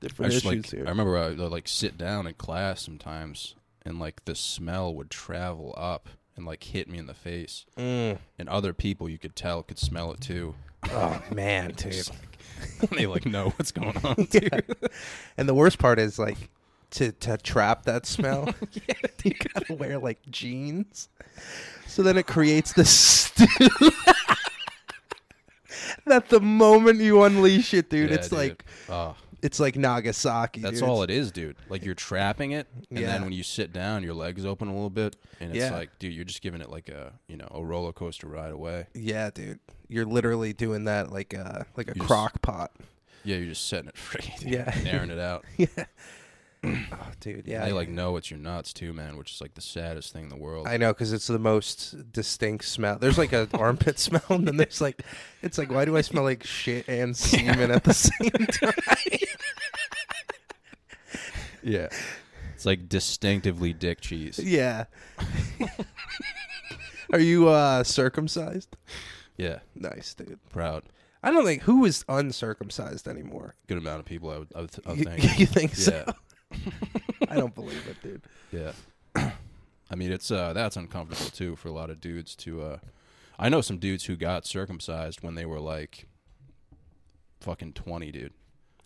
Speaker 3: different
Speaker 1: just,
Speaker 3: issues
Speaker 1: like
Speaker 3: here.
Speaker 1: I remember I would uh, like sit down in class sometimes, and like the smell would travel up and like hit me in the face,
Speaker 3: Mm.
Speaker 1: and other people you could tell could smell it too. [LAUGHS]
Speaker 3: Oh man, dude!
Speaker 1: It's like, they like know what's going on, dude.
Speaker 3: [LAUGHS] And the worst part is like to to trap that [LAUGHS] smell, you gotta wear like jeans. So then it creates this stew [LAUGHS] that the moment you unleash it, dude,
Speaker 1: Yeah,
Speaker 3: it's like
Speaker 1: Ah.
Speaker 3: it's like Nagasaki.
Speaker 1: That's
Speaker 3: dude.
Speaker 1: all it is, dude. Like you're trapping it, and
Speaker 3: Yeah.
Speaker 1: then when you sit down, your legs open a little bit, and it's
Speaker 3: Yeah.
Speaker 1: like, dude, you're just giving it like a you know a roller coaster ride away.
Speaker 3: Yeah, dude. You're literally doing that like a like a
Speaker 1: You s-
Speaker 3: crock pot.
Speaker 1: Yeah, you're just setting it [LAUGHS] free, dude,
Speaker 3: Yeah.
Speaker 1: and airing it out.
Speaker 3: Oh, dude. [LAUGHS] Yeah.
Speaker 1: They like know it's your nuts too, man, which is like the saddest thing in the world.
Speaker 3: I know because it's the most distinct smell. There's like an armpit smell, and then there's like, it's like, why do I smell like shit and semen at the
Speaker 1: [LAUGHS]
Speaker 3: same time?
Speaker 1: [LAUGHS] yeah, it's like distinctively dick cheese.
Speaker 3: [LAUGHS] Yeah. Are you uh circumcised?
Speaker 1: Yeah,
Speaker 3: Nice, dude.
Speaker 1: proud.
Speaker 3: I don't think who is uncircumcised anymore.
Speaker 1: Good amount of people. I would, I would, th- I
Speaker 3: [LAUGHS] You,
Speaker 1: would think.
Speaker 3: you think so?
Speaker 1: Oh, yeah,
Speaker 3: [LAUGHS] I don't believe it, dude.
Speaker 1: yeah. [CLEARS THROAT] I mean, it's uh, that's uncomfortable too for a lot of dudes to. Uh, I know some dudes who got circumcised when they were like, fucking twenty, dude.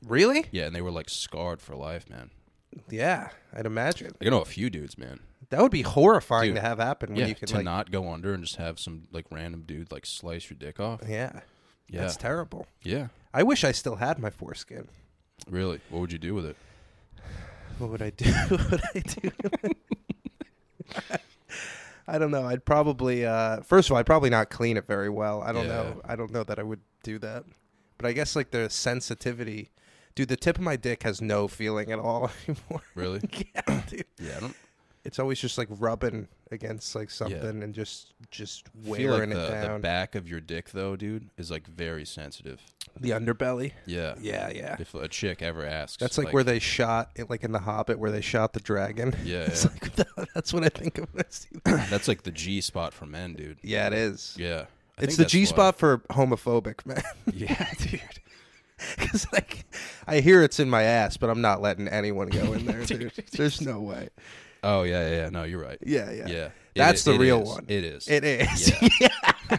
Speaker 3: Really?
Speaker 1: Yeah, and they were like scarred for life, man.
Speaker 3: Yeah, I'd imagine
Speaker 1: Like, I know a few dudes, man.
Speaker 3: that would be horrifying
Speaker 1: Dude,
Speaker 3: to have happen when
Speaker 1: yeah,
Speaker 3: you could
Speaker 1: to
Speaker 3: like,
Speaker 1: not go under and just have some like random dude like slice your dick off.
Speaker 3: yeah,
Speaker 1: Yeah,
Speaker 3: that's terrible.
Speaker 1: yeah.
Speaker 3: I wish I still had my foreskin.
Speaker 1: Really, what would you do with it?
Speaker 3: What would I do? [LAUGHS] what would I do? I don't know. I'd probably uh, first of all, I'd probably not clean it very well. I don't
Speaker 1: Yeah.
Speaker 3: know. I don't know that I would do that. But I guess like the sensitivity, dude. The tip of my dick has no feeling at all [LAUGHS] anymore.
Speaker 1: Really?
Speaker 3: yeah, dude.
Speaker 1: Yeah, I don't
Speaker 3: It's always just like rubbing against like something and just just
Speaker 1: feel like
Speaker 3: wearing
Speaker 1: the,
Speaker 3: it
Speaker 1: the
Speaker 3: down.
Speaker 1: back of your dick though, dude, is like very sensitive.
Speaker 3: The, underbelly.
Speaker 1: Yeah,
Speaker 3: Yeah, yeah.
Speaker 1: If a chick ever asks,
Speaker 3: That's like, where they shot it, like in the Hobbit, where they shot the dragon.
Speaker 1: Yeah,
Speaker 3: [LAUGHS] It's
Speaker 1: yeah.
Speaker 3: like, that's what I think of when I see that.
Speaker 1: that's like the G spot for men, dude.
Speaker 3: Yeah, it is.
Speaker 1: Yeah, I
Speaker 3: it's
Speaker 1: think
Speaker 3: the
Speaker 1: that's why.
Speaker 3: G spot for homophobic [LAUGHS] man.
Speaker 1: Yeah,
Speaker 3: [LAUGHS]
Speaker 1: dude.
Speaker 3: Because like, I hear it's in my ass, but I'm not letting anyone go
Speaker 1: [LAUGHS]
Speaker 3: in there. dude. There's no way.
Speaker 1: Oh yeah, yeah, yeah. No, you're right.
Speaker 3: Yeah, yeah.
Speaker 1: yeah. It-
Speaker 3: That's the
Speaker 1: it
Speaker 3: real
Speaker 1: is.
Speaker 3: one.
Speaker 1: It is.
Speaker 3: It is. Yeah.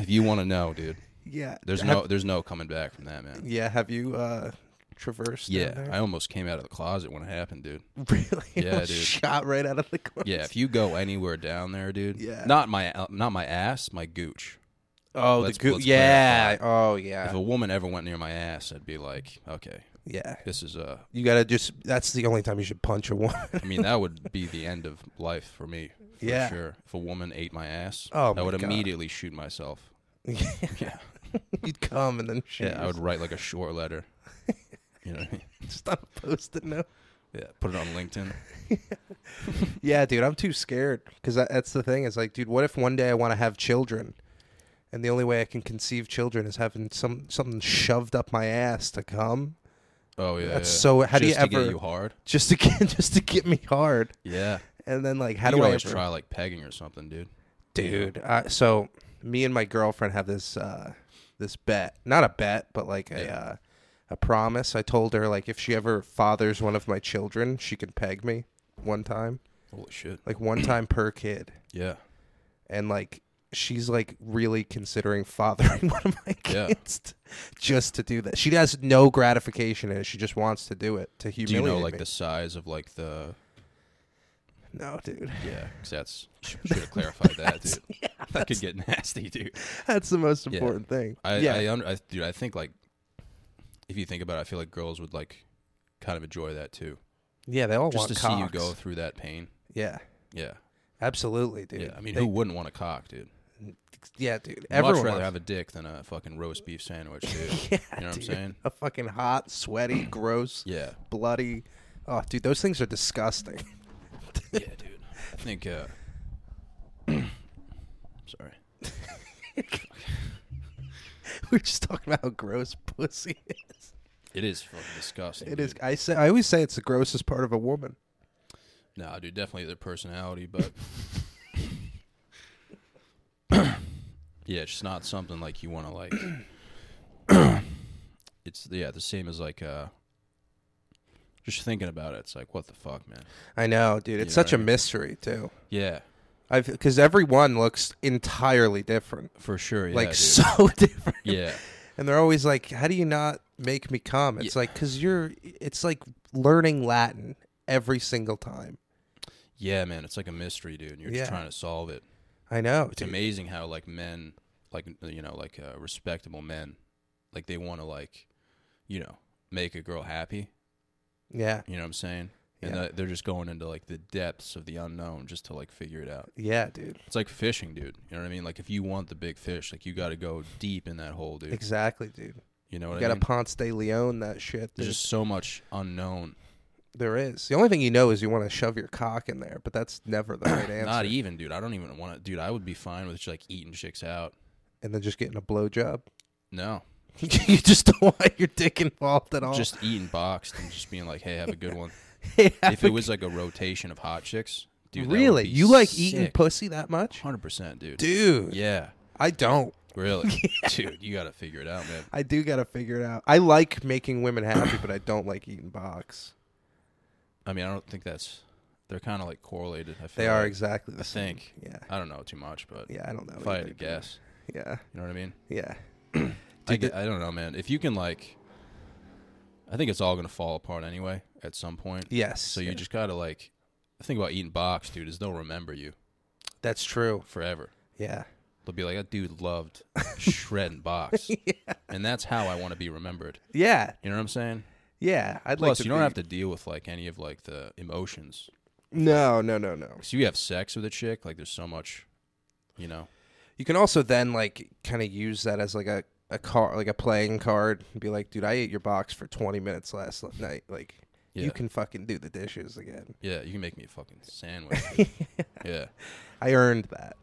Speaker 1: if you want to know, dude,
Speaker 3: [LAUGHS] Yeah.
Speaker 1: there's
Speaker 3: Have-
Speaker 1: no there's no coming back from that, man.
Speaker 3: Yeah. Have you uh, traversed? down
Speaker 1: Yeah,
Speaker 3: there?
Speaker 1: I almost came out of the closet when it happened, dude.
Speaker 3: [LAUGHS] Really?
Speaker 1: Yeah, dude.
Speaker 3: Shot right out of the car.
Speaker 1: Yeah, if you go anywhere down there, dude.
Speaker 3: Yeah.
Speaker 1: Not my not my ass, my gooch.
Speaker 3: Oh,
Speaker 1: Let's-
Speaker 3: the goo
Speaker 1: let's
Speaker 3: Yeah. Oh,
Speaker 1: If
Speaker 3: yeah.
Speaker 1: a woman ever went near my ass, I'd be like, okay,
Speaker 3: yeah.
Speaker 1: this is a.
Speaker 3: You gotta just. That's the only time you should punch a woman. [LAUGHS]
Speaker 1: I [LAUGHS] mean, that would be the end of life for me. For
Speaker 3: Yeah.
Speaker 1: sure. If a woman ate my ass,
Speaker 3: Oh,
Speaker 1: I
Speaker 3: my
Speaker 1: would
Speaker 3: God.
Speaker 1: immediately shoot myself. Yeah.
Speaker 3: You'd come and then shoot.
Speaker 1: Yeah, I would write like a short letter. You know what I mean?
Speaker 3: [LAUGHS] just on a post-it note.
Speaker 1: Yeah, put it on
Speaker 3: [LAUGHS]
Speaker 1: LinkedIn.
Speaker 3: Yeah, dude, I'm too scared because that's the thing. Is like, dude, what if one day I want to have children, and the only way I can conceive children is having some something shoved up my ass to come,
Speaker 1: Oh yeah.
Speaker 3: That's
Speaker 1: yeah.
Speaker 3: so- how do
Speaker 1: Just
Speaker 3: you
Speaker 1: to
Speaker 3: ever-
Speaker 1: get you hard?
Speaker 3: just to [LAUGHS] get just to get me hard,
Speaker 1: Yeah.
Speaker 3: and then like, how
Speaker 1: you
Speaker 3: do
Speaker 1: could
Speaker 3: I
Speaker 1: always
Speaker 3: ever-
Speaker 1: try like pegging or something, dude?
Speaker 3: dude? I, so me and my girlfriend have this uh this bet, not a bet, but like a
Speaker 1: Yeah.
Speaker 3: uh, a promise. I told her like if she ever fathers one of my children, she can peg me one time,
Speaker 1: Holy shit.
Speaker 3: like one time per kid.
Speaker 1: Yeah.
Speaker 3: and like she's like really considering fathering [LAUGHS] one of my
Speaker 1: Yeah.
Speaker 3: kids t- just to do that. She has no gratification in it. She just wants to do it to
Speaker 1: Do
Speaker 3: humiliate
Speaker 1: you know like
Speaker 3: me.
Speaker 1: the size of like the?
Speaker 3: No, dude, [LAUGHS]
Speaker 1: Yeah, 'cause that's sh- should have clarified that, dude. [LAUGHS] that could get nasty, dude.
Speaker 3: that's the most important thing.
Speaker 1: I,
Speaker 3: yeah,
Speaker 1: I, uh, under, I, dude, I think like if you think about it, I feel like girls would like kind of enjoy that too,
Speaker 3: yeah, they all
Speaker 1: just
Speaker 3: want
Speaker 1: to see you
Speaker 3: cocks.
Speaker 1: go through that pain.
Speaker 3: Yeah,
Speaker 1: Yeah,
Speaker 3: absolutely, dude.
Speaker 1: yeah. I mean,
Speaker 3: They-
Speaker 1: who wouldn't want a cock, dude?
Speaker 3: yeah, dude.
Speaker 1: I'd much
Speaker 3: Everyone
Speaker 1: rather
Speaker 3: wants- [LAUGHS]
Speaker 1: have a dick than a fucking roast beef sandwich, dude. you
Speaker 3: yeah,
Speaker 1: know what I'm
Speaker 3: dude.
Speaker 1: saying?
Speaker 3: A fucking
Speaker 1: [CLEARS THROAT]
Speaker 3: hot, sweaty, gross,
Speaker 1: Yeah,
Speaker 3: bloody. Oh, dude, those things are disgusting. [LAUGHS]
Speaker 1: yeah, dude. I think. uh [CLEARS THROAT] Sorry.
Speaker 3: We're just talking about how gross pussy is.
Speaker 1: It is fucking disgusting.
Speaker 3: It is.
Speaker 1: dude.
Speaker 3: I say. I always say it's the grossest part of a woman.
Speaker 1: Nah, dude, definitely their
Speaker 3: [LAUGHS]
Speaker 1: personality, but yeah, it's just not something like you want to like. [CLEARS THROAT] it's yeah, the same as like uh, just thinking about it. It's like what the fuck, man.
Speaker 3: I know, dude. It's
Speaker 1: know
Speaker 3: such
Speaker 1: what
Speaker 3: a
Speaker 1: I mean?
Speaker 3: mystery too.
Speaker 1: Yeah,
Speaker 3: I've because every one looks entirely different,
Speaker 1: for sure. Yeah,
Speaker 3: like
Speaker 1: dude.
Speaker 3: so [LAUGHS] different.
Speaker 1: yeah,
Speaker 3: And they're always like, "How do you not make me come?" It's
Speaker 1: Yeah.
Speaker 3: like because you're. It's like learning Latin every single time.
Speaker 1: yeah, man. It's like a mystery, dude. And you're
Speaker 3: Yeah.
Speaker 1: just trying to solve it.
Speaker 3: I know,
Speaker 1: It's
Speaker 3: dude.
Speaker 1: amazing how like men, like you know, like uh, respectable men, like they want to like, you know, make a girl happy.
Speaker 3: Yeah,
Speaker 1: You know what I'm saying? And
Speaker 3: Yeah.
Speaker 1: that- they're just going into like the depths of the unknown just to like figure it out.
Speaker 3: yeah, dude.
Speaker 1: It's like fishing, dude. You know what I mean? Like if you want the big fish, like you got to go deep in that hole, dude.
Speaker 3: Exactly, dude.
Speaker 1: You know what
Speaker 3: you got
Speaker 1: I
Speaker 3: to
Speaker 1: mean?
Speaker 3: Ponce de Leon that shit.
Speaker 1: There's
Speaker 3: dude.
Speaker 1: just so much unknown.
Speaker 3: there is. The only thing you know is you want to shove your cock in there, but that's
Speaker 1: [COUGHS]
Speaker 3: never the right answer.
Speaker 1: Not even, dude. I don't even want to, dude. I would be fine with just like eating chicks out.
Speaker 3: and then just getting a blowjob. [LAUGHS]
Speaker 1: No,
Speaker 3: you just don't want your dick involved at all.
Speaker 1: just eating boxed and just being like, hey, have a good one.
Speaker 3: [LAUGHS] Yeah,
Speaker 1: if it was like a rotation of hot chicks, dude. that would
Speaker 3: really?
Speaker 1: be
Speaker 3: You like eating
Speaker 1: sick.
Speaker 3: pussy that much?
Speaker 1: 100%, dude.
Speaker 3: Dude,
Speaker 1: Yeah,
Speaker 3: I don't. [LAUGHS]
Speaker 1: really, dude. You got to figure it out, man.
Speaker 3: I do got to figure it out. I like making women happy, but I don't like eating box.
Speaker 1: I mean, I don't think that's. They're kind of like correlated. I feel
Speaker 3: They are
Speaker 1: like.
Speaker 3: exactly the
Speaker 1: I
Speaker 3: same.
Speaker 1: think.
Speaker 3: Yeah.
Speaker 1: I don't know too much, but
Speaker 3: Yeah, I don't know.
Speaker 1: if I had
Speaker 3: either,
Speaker 1: to
Speaker 3: dude.
Speaker 1: guess,
Speaker 3: Yeah.
Speaker 1: you know what I mean?
Speaker 3: Yeah.
Speaker 1: I,
Speaker 3: Dude,
Speaker 1: get, I don't know, man. If you can, like, I think it's all going to fall apart anyway at some point.
Speaker 3: Yes.
Speaker 1: So you
Speaker 3: yeah.
Speaker 1: just got to, like, the thing about eating box, dude, is they'll remember you
Speaker 3: That's true.
Speaker 1: forever.
Speaker 3: Yeah.
Speaker 1: They'll be like, that dude
Speaker 3: [LAUGHS]
Speaker 1: loved shredding box. And that's how I want to be remembered.
Speaker 3: Yeah.
Speaker 1: You know what I'm saying?
Speaker 3: Yeah. I'd like
Speaker 1: Plus,
Speaker 3: to
Speaker 1: you don't
Speaker 3: be-
Speaker 1: have to deal with, like, any of, like, the emotions.
Speaker 3: No, no, no, no.
Speaker 1: So you have sex with a chick, like, there's so much, you know?
Speaker 3: You can also then like kind of use that as like a a car like a playing card and be like, "Dude, I ate your box for 20 minutes last night." Like
Speaker 1: Yeah.
Speaker 3: you can fucking do the dishes again.
Speaker 1: Yeah, you can make me a fucking
Speaker 3: [LAUGHS]
Speaker 1: sandwich. dude. yeah.
Speaker 3: I earned that.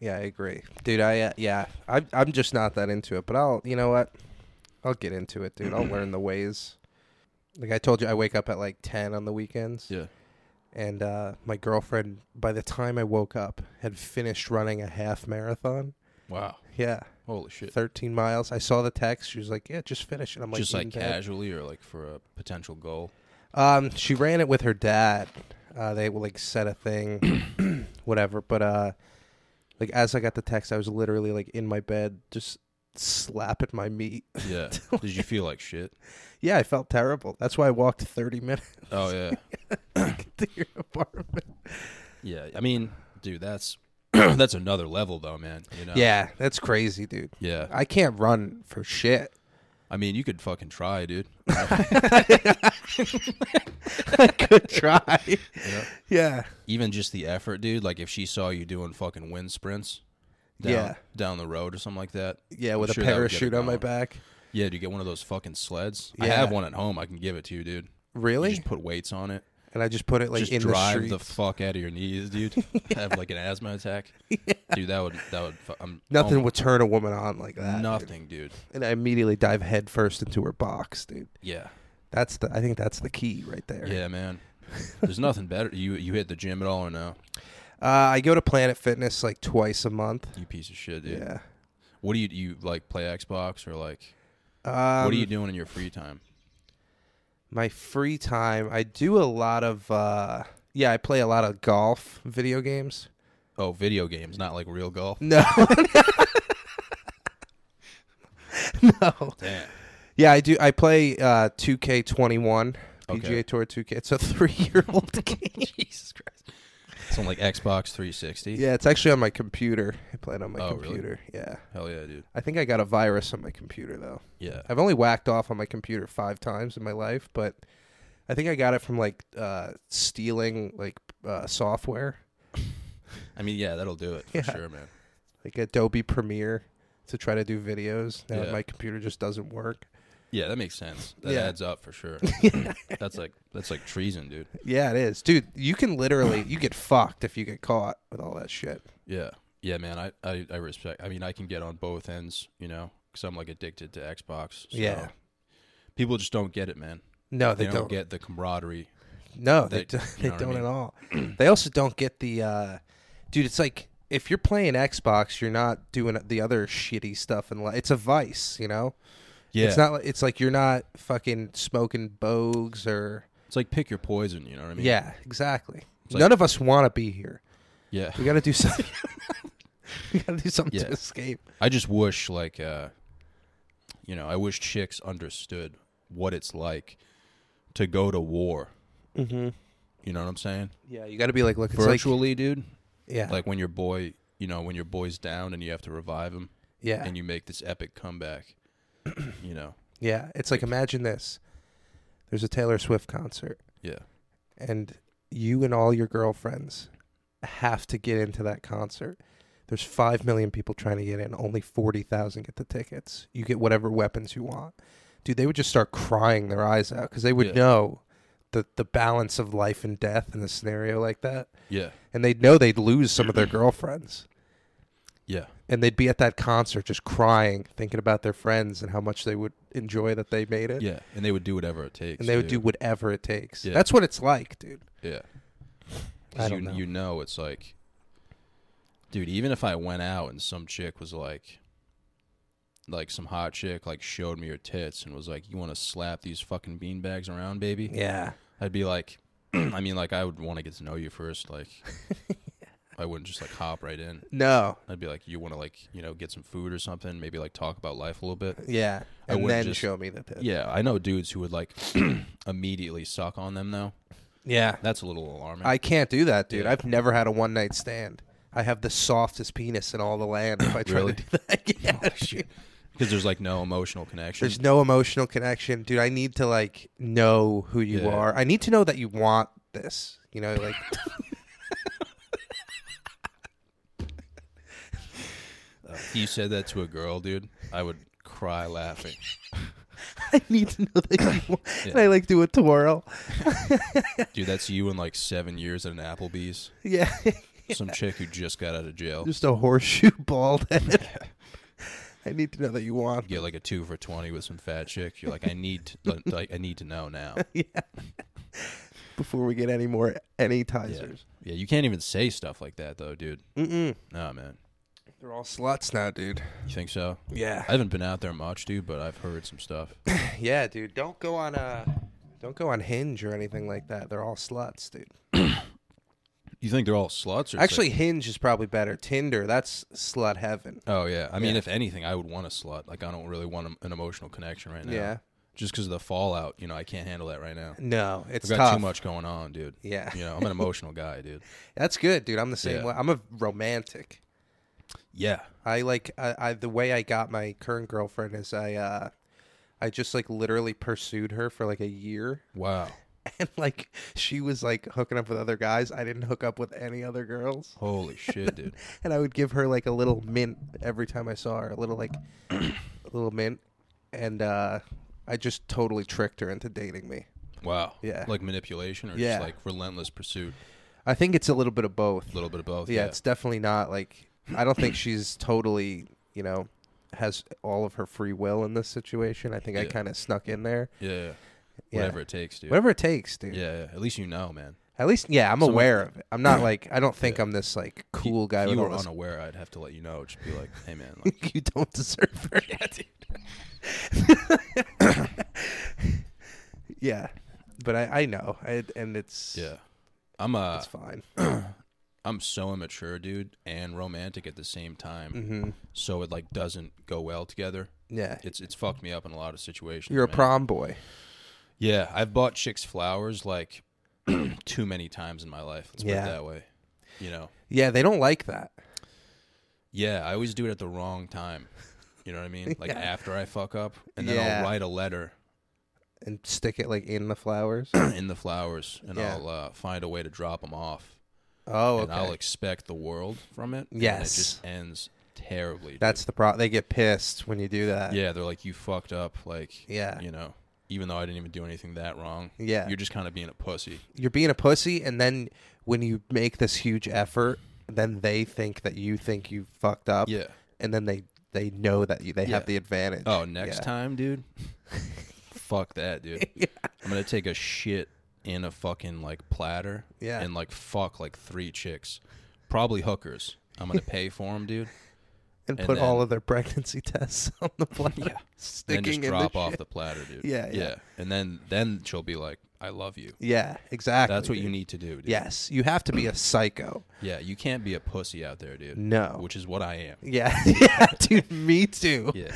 Speaker 3: Yeah, I agree, dude. I uh, yeah, I'm I'm just not that into it, but I'll you know what, I'll get into it,
Speaker 1: [CLEARS THROAT]
Speaker 3: dude. I'll learn the ways. Like I told you, I wake up at like ten on the weekends,
Speaker 1: Yeah.
Speaker 3: and uh, my girlfriend, by the time I woke up, had finished running a half marathon.
Speaker 1: Wow.
Speaker 3: Yeah,
Speaker 1: Holy shit.
Speaker 3: thirteen miles. I saw the text. She was like, "Yeah, just finish it." I'm like,
Speaker 1: just like
Speaker 3: "Mm, Dad."
Speaker 1: casually or like for a potential goal.
Speaker 3: Um, she ran it
Speaker 1: [CLEARS THROAT]
Speaker 3: with her dad. Uh, they like set a thing, whatever. But uh, Like as I got the text, I was literally like in my bed, just slapping my meat. [LAUGHS]
Speaker 1: Yeah. Did you feel like shit?
Speaker 3: Yeah, I felt terrible. That's why I walked 30 [LAUGHS] minutes
Speaker 1: Oh yeah.
Speaker 3: to your apartment.
Speaker 1: Yeah. I mean, dude, that's [CLEARS THROAT] that's another level though, man. You know?
Speaker 3: Yeah, that's crazy, dude.
Speaker 1: Yeah.
Speaker 3: I can't run for shit. [LAUGHS]
Speaker 1: I mean, you could fucking try, dude.
Speaker 3: Good try. Yeah.
Speaker 1: Even just the effort, dude. Like if she saw you doing fucking wind sprints, down,
Speaker 3: Yeah.
Speaker 1: down the road or something like that.
Speaker 3: Yeah,
Speaker 1: I'm
Speaker 3: with
Speaker 1: sure
Speaker 3: a
Speaker 1: that would get
Speaker 3: parachute
Speaker 1: it
Speaker 3: on my
Speaker 1: going.
Speaker 3: back.
Speaker 1: Yeah, do you get one of those fucking sleds? I
Speaker 3: Yeah.
Speaker 1: have one at home. I can give it to you, dude.
Speaker 3: Really?
Speaker 1: You just put weights on it.
Speaker 3: and I just put it like
Speaker 1: just
Speaker 3: in
Speaker 1: drive
Speaker 3: the
Speaker 1: the,
Speaker 3: street.
Speaker 1: fuck out of your knees,
Speaker 3: [LAUGHS]
Speaker 1: dude. Have like an asthma attack, dude. That would that would. fu- I'm
Speaker 3: Nothing
Speaker 1: oh,
Speaker 3: would turn a woman on like that. dude.
Speaker 1: nothing, dude.
Speaker 3: And I immediately dive headfirst into her box, dude.
Speaker 1: Yeah,
Speaker 3: That's the I think that's the key right there.
Speaker 1: yeah, man. There's nothing better. You you hit the gym at all or no?
Speaker 3: Uh, I go to Planet Fitness like twice a month.
Speaker 1: You piece of shit, dude.
Speaker 3: Yeah.
Speaker 1: What do you do? You like play Xbox or like?
Speaker 3: Um,
Speaker 1: what are you doing in your free time?
Speaker 3: My free time, I do a lot of uh, yeah, I play a lot of golf
Speaker 1: [LAUGHS]
Speaker 3: video games.
Speaker 1: Oh, video games, not like real golf.
Speaker 3: [LAUGHS] No. no.
Speaker 1: Damn.
Speaker 3: Yeah, I do. I play uh, 2K21, PGA
Speaker 1: Okay.
Speaker 3: Tour 2K. It's
Speaker 1: [LAUGHS]
Speaker 3: a [LAUGHS] three-year-old game.
Speaker 1: Jesus Christ. Something like Xbox 360.
Speaker 3: Yeah, it's actually on my computer. I play it on my
Speaker 1: Oh, really?
Speaker 3: computer. Yeah.
Speaker 1: Hell yeah, dude.
Speaker 3: I think I got a virus on my computer though.
Speaker 1: Yeah.
Speaker 3: I've only whacked off on my computer five times in my life, but I think I got it from like uh, stealing like uh, software,
Speaker 1: I mean, yeah, that'll do it for
Speaker 3: Yeah.
Speaker 1: sure, man.
Speaker 3: like Adobe Premiere, to try to do videos. Now
Speaker 1: Yeah.
Speaker 3: my computer just doesn't work.
Speaker 1: Yeah, that makes sense. That
Speaker 3: Yeah.
Speaker 1: adds up for
Speaker 3: [LAUGHS]
Speaker 1: sure. that's like that's like treason, dude.
Speaker 3: Yeah, it is, dude. You can literally you get fucked if you get caught with all that shit.
Speaker 1: Yeah, yeah, man. I, I, I respect. I mean, I can get on both ends, you know, because I'm like addicted to Xbox. So
Speaker 3: Yeah.
Speaker 1: people just don't get it, man.
Speaker 3: No, they,
Speaker 1: They,
Speaker 3: don't.
Speaker 1: don't, get the camaraderie.
Speaker 3: no, they,
Speaker 1: they-
Speaker 3: do,
Speaker 1: you
Speaker 3: [LAUGHS] they
Speaker 1: know what I
Speaker 3: don't
Speaker 1: mean?
Speaker 3: at all.
Speaker 1: [CLEARS THROAT]
Speaker 3: they also don't get the uh, dude. It's like if you're playing Xbox, you're not doing the other shitty stuff, and it's a vice, you know.
Speaker 1: Yeah,
Speaker 3: It's not. li- It's like you're not fucking smoking bogues or.
Speaker 1: It's like pick your poison. You know what I mean?
Speaker 3: Yeah, exactly.
Speaker 1: like-
Speaker 3: None of us want to be here.
Speaker 1: yeah.
Speaker 3: We got to do [LAUGHS] something. we got to do something
Speaker 1: Yeah.
Speaker 3: to escape.
Speaker 1: I just wish, like, uh, you know, I wish chicks understood what it's like to go to war. Mm-hmm. You know what I'm saying?
Speaker 3: Yeah, you got to be like, look, it's
Speaker 1: Virtually, dude.
Speaker 3: like, yeah,
Speaker 1: Like when your boy, you know, when your boy's down and you have to revive him,
Speaker 3: yeah,
Speaker 1: and you make this epic
Speaker 3: [CLEARS THROAT]
Speaker 1: comeback. You know.
Speaker 3: yeah. It's like imagine this. There's a Taylor Swift concert,
Speaker 1: Yeah.
Speaker 3: and you and all your girlfriends have to get into that concert. There's five million people trying to get in. Only forty thousand get the tickets. You get whatever weapons you want. Dude, they would just start crying their eyes out because they would
Speaker 1: Yeah.
Speaker 3: know the the balance of life and death in a scenario like that,
Speaker 1: Yeah.
Speaker 3: and they'd know they'd lose some of their girlfriends,
Speaker 1: Yeah.
Speaker 3: and they'd be at that concert just crying, thinking about their friends and how much they would enjoy that they made it.
Speaker 1: Yeah, and they would do whatever it takes.
Speaker 3: And they would do
Speaker 1: too.
Speaker 3: whatever it takes.
Speaker 1: Yeah.
Speaker 3: That's what it's like, dude.
Speaker 1: yeah.
Speaker 3: I
Speaker 1: 'Cause
Speaker 3: don't
Speaker 1: you,
Speaker 3: know.
Speaker 1: you know, it's like, dude, even if I went out and some chick was like, like some hot chick like showed me her tits and was like, "You want to slap these fucking beanbags around, baby?"
Speaker 3: Yeah.
Speaker 1: I'd be like, [CLEARS THROAT] I mean, like I would want to get to know you first.
Speaker 3: [LAUGHS]
Speaker 1: Like, I wouldn't just like hop right in.
Speaker 3: No.
Speaker 1: I'd be like, "You want to like, you know, get some food or something? Maybe like talk about life a little
Speaker 3: [LAUGHS]
Speaker 1: bit."
Speaker 3: Yeah.
Speaker 1: I
Speaker 3: And
Speaker 1: wouldn't
Speaker 3: then
Speaker 1: just-
Speaker 3: show me the tits.
Speaker 1: Yeah, I know dudes who would like [CLEARS THROAT] immediately suck on them though.
Speaker 3: Yeah.
Speaker 1: That's a little alarming. [LAUGHS]
Speaker 3: I can't do that, dude.
Speaker 1: Yeah.
Speaker 3: I've never had a one night stand. I have the softest penis in all the land. If I try
Speaker 1: Really?
Speaker 3: to do [LAUGHS] that, yeah, dude.
Speaker 1: because there's like no emotional connection.
Speaker 3: there's no emotional connection, dude. I need to like know who you
Speaker 1: Yeah.
Speaker 3: are. I need to know that you want this. You know, like
Speaker 1: If you said that to a girl, dude, I would cry laughing.
Speaker 3: [LAUGHS] I need to know that you [COUGHS] want. And I like do a twirl.
Speaker 1: Dude, that's you in like seven years at an Applebee's.
Speaker 3: [LAUGHS] Yeah,
Speaker 1: Some chick who just got out of jail.
Speaker 3: just a horseshoe [LAUGHS] bald head. I need to know that you want.
Speaker 1: Get like a two for twenty with some fat chick. You're like, I need,
Speaker 3: [LAUGHS]
Speaker 1: to, like, I need to know now.
Speaker 3: Yeah. Before we get any more any
Speaker 1: Yeah.
Speaker 3: tizers.
Speaker 1: yeah, you can't even say stuff like that though, dude.
Speaker 3: Mm-mm.
Speaker 1: Nah, man.
Speaker 3: They're all sluts now, dude.
Speaker 1: You think so?
Speaker 3: Yeah.
Speaker 1: I haven't been out there much, dude, but I've heard some stuff.
Speaker 3: [LAUGHS] Yeah, dude. Don't go on uh don't go on Hinge or anything like that. They're all sluts, dude.
Speaker 1: You think they're all sluts? Or it's like-
Speaker 3: Actually, Hinge is probably better. Tinder, that's slut heaven.
Speaker 1: oh yeah. I mean,
Speaker 3: Yeah.
Speaker 1: if anything, I would want a slut. Like, I don't really want a- an emotional connection right now.
Speaker 3: Yeah.
Speaker 1: Just because of the fallout, you know, I can't handle that right now.
Speaker 3: No, it's
Speaker 1: I've got
Speaker 3: tough.
Speaker 1: too much going on, dude.
Speaker 3: Yeah.
Speaker 1: You know, I'm an emotional guy, dude.
Speaker 3: That's good, dude. I'm the same
Speaker 1: Yeah.
Speaker 3: way. I'm a romantic.
Speaker 1: [LAUGHS] Yeah.
Speaker 3: I like I, I the way I got my current girlfriend is I uh I just like literally pursued her for like a year [LAUGHS]
Speaker 1: Wow.
Speaker 3: and like she was like hooking up with other guys. I didn't hook up with any other girls.
Speaker 1: Holy shit,
Speaker 3: [LAUGHS]
Speaker 1: dude.
Speaker 3: And I would give her like a little mint every time I saw her, a
Speaker 1: [CLEARS THROAT]
Speaker 3: little like a little mint. And uh I just totally tricked her into dating me.
Speaker 1: Wow.
Speaker 3: Yeah.
Speaker 1: Like manipulation or
Speaker 3: Yeah.
Speaker 1: just like relentless pursuit.
Speaker 3: I think it's a little bit of both.
Speaker 1: A little bit of both.
Speaker 3: yeah, it's definitely not like I don't think she's totally, you know, has all of her free will in this situation. I think I
Speaker 1: Yeah.
Speaker 3: kind of snuck in there.
Speaker 1: Yeah, yeah.
Speaker 3: Yeah.
Speaker 1: Whatever it takes, dude.
Speaker 3: Whatever it takes, dude.
Speaker 1: Yeah, yeah. At least you know, man.
Speaker 3: At least, yeah, I'm aware of it. I'm not like I don't think I'm this like cool guy
Speaker 1: If
Speaker 3: with
Speaker 1: you
Speaker 3: all
Speaker 1: were
Speaker 3: this.
Speaker 1: unaware, I'd have to let you know. Just be like, hey, man. Like,
Speaker 3: [LAUGHS] you don't deserve her. Yeah, [LAUGHS] but I, I know, I, and it's
Speaker 1: yeah. I'm uh,
Speaker 3: it's fine.
Speaker 1: I'm so immature, dude, and romantic at the same time.
Speaker 3: Mhm.
Speaker 1: So it like doesn't go well together.
Speaker 3: Yeah,
Speaker 1: It's it's fucked me up in a lot of situations.
Speaker 3: you're a
Speaker 1: man.
Speaker 3: prom boy.
Speaker 1: Yeah, I've bought chicks flowers like [CLEARS THROAT] too many times in my life. Let's
Speaker 3: Yeah.
Speaker 1: put it that way. You know.
Speaker 3: Yeah, they don't like that.
Speaker 1: Yeah, I always do it at the wrong time. You know what I
Speaker 3: [LAUGHS]
Speaker 1: mean? Like after I fuck up, and then
Speaker 3: Yeah.
Speaker 1: I'll write a letter [CLEARS THROAT]
Speaker 3: And stick it like in the flowers.
Speaker 1: [COUGHS] in the flowers, and
Speaker 3: Yeah.
Speaker 1: I'll uh, find a way to drop them off,
Speaker 3: Oh, okay.
Speaker 1: and I'll expect the world from it. and
Speaker 3: Yes.
Speaker 1: it just ends terribly. dude.
Speaker 3: That's the problem. They get pissed when you do that.
Speaker 1: yeah. They're like, you fucked up. Like,
Speaker 3: Yeah.
Speaker 1: you know, even though I didn't even do anything that wrong.
Speaker 3: Yeah.
Speaker 1: you're just kind of being a pussy.
Speaker 3: You're being a pussy, and then when you make this huge effort, then they think that you think you fucked up.
Speaker 1: Yeah.
Speaker 3: And then they they know that you, they
Speaker 1: Yeah.
Speaker 3: have the advantage.
Speaker 1: Oh, next
Speaker 3: [LAUGHS] Yeah.
Speaker 1: time,
Speaker 3: [LAUGHS]
Speaker 1: dude. fuck that, dude.
Speaker 3: Yeah.
Speaker 1: I'm gonna take a shit in a fucking like platter.
Speaker 3: Yeah.
Speaker 1: And like fuck like three chicks, probably hookers. I'm gonna pay for them, dude.
Speaker 3: And,
Speaker 1: and
Speaker 3: put
Speaker 1: then-
Speaker 3: all of their [LAUGHS] pregnancy tests [LAUGHS] on the platter.
Speaker 1: Yeah.
Speaker 3: Sticking
Speaker 1: then just
Speaker 3: in
Speaker 1: drop
Speaker 3: [LAUGHS] the
Speaker 1: off
Speaker 3: shit.
Speaker 1: the platter, dude.
Speaker 3: [LAUGHS] Yeah, yeah.
Speaker 1: And then then she'll be like, "I love you."
Speaker 3: Yeah, exactly.
Speaker 1: That's what you
Speaker 3: dude.
Speaker 1: need to do, dude.
Speaker 3: Yes, you have to
Speaker 1: [CLEARS THROAT]
Speaker 3: be a psycho.
Speaker 1: Yeah. You can't be a pussy out there, dude.
Speaker 3: No.
Speaker 1: Which is what I am.
Speaker 3: [LAUGHS] Yeah, yeah, dude. Me too.
Speaker 1: Yeah.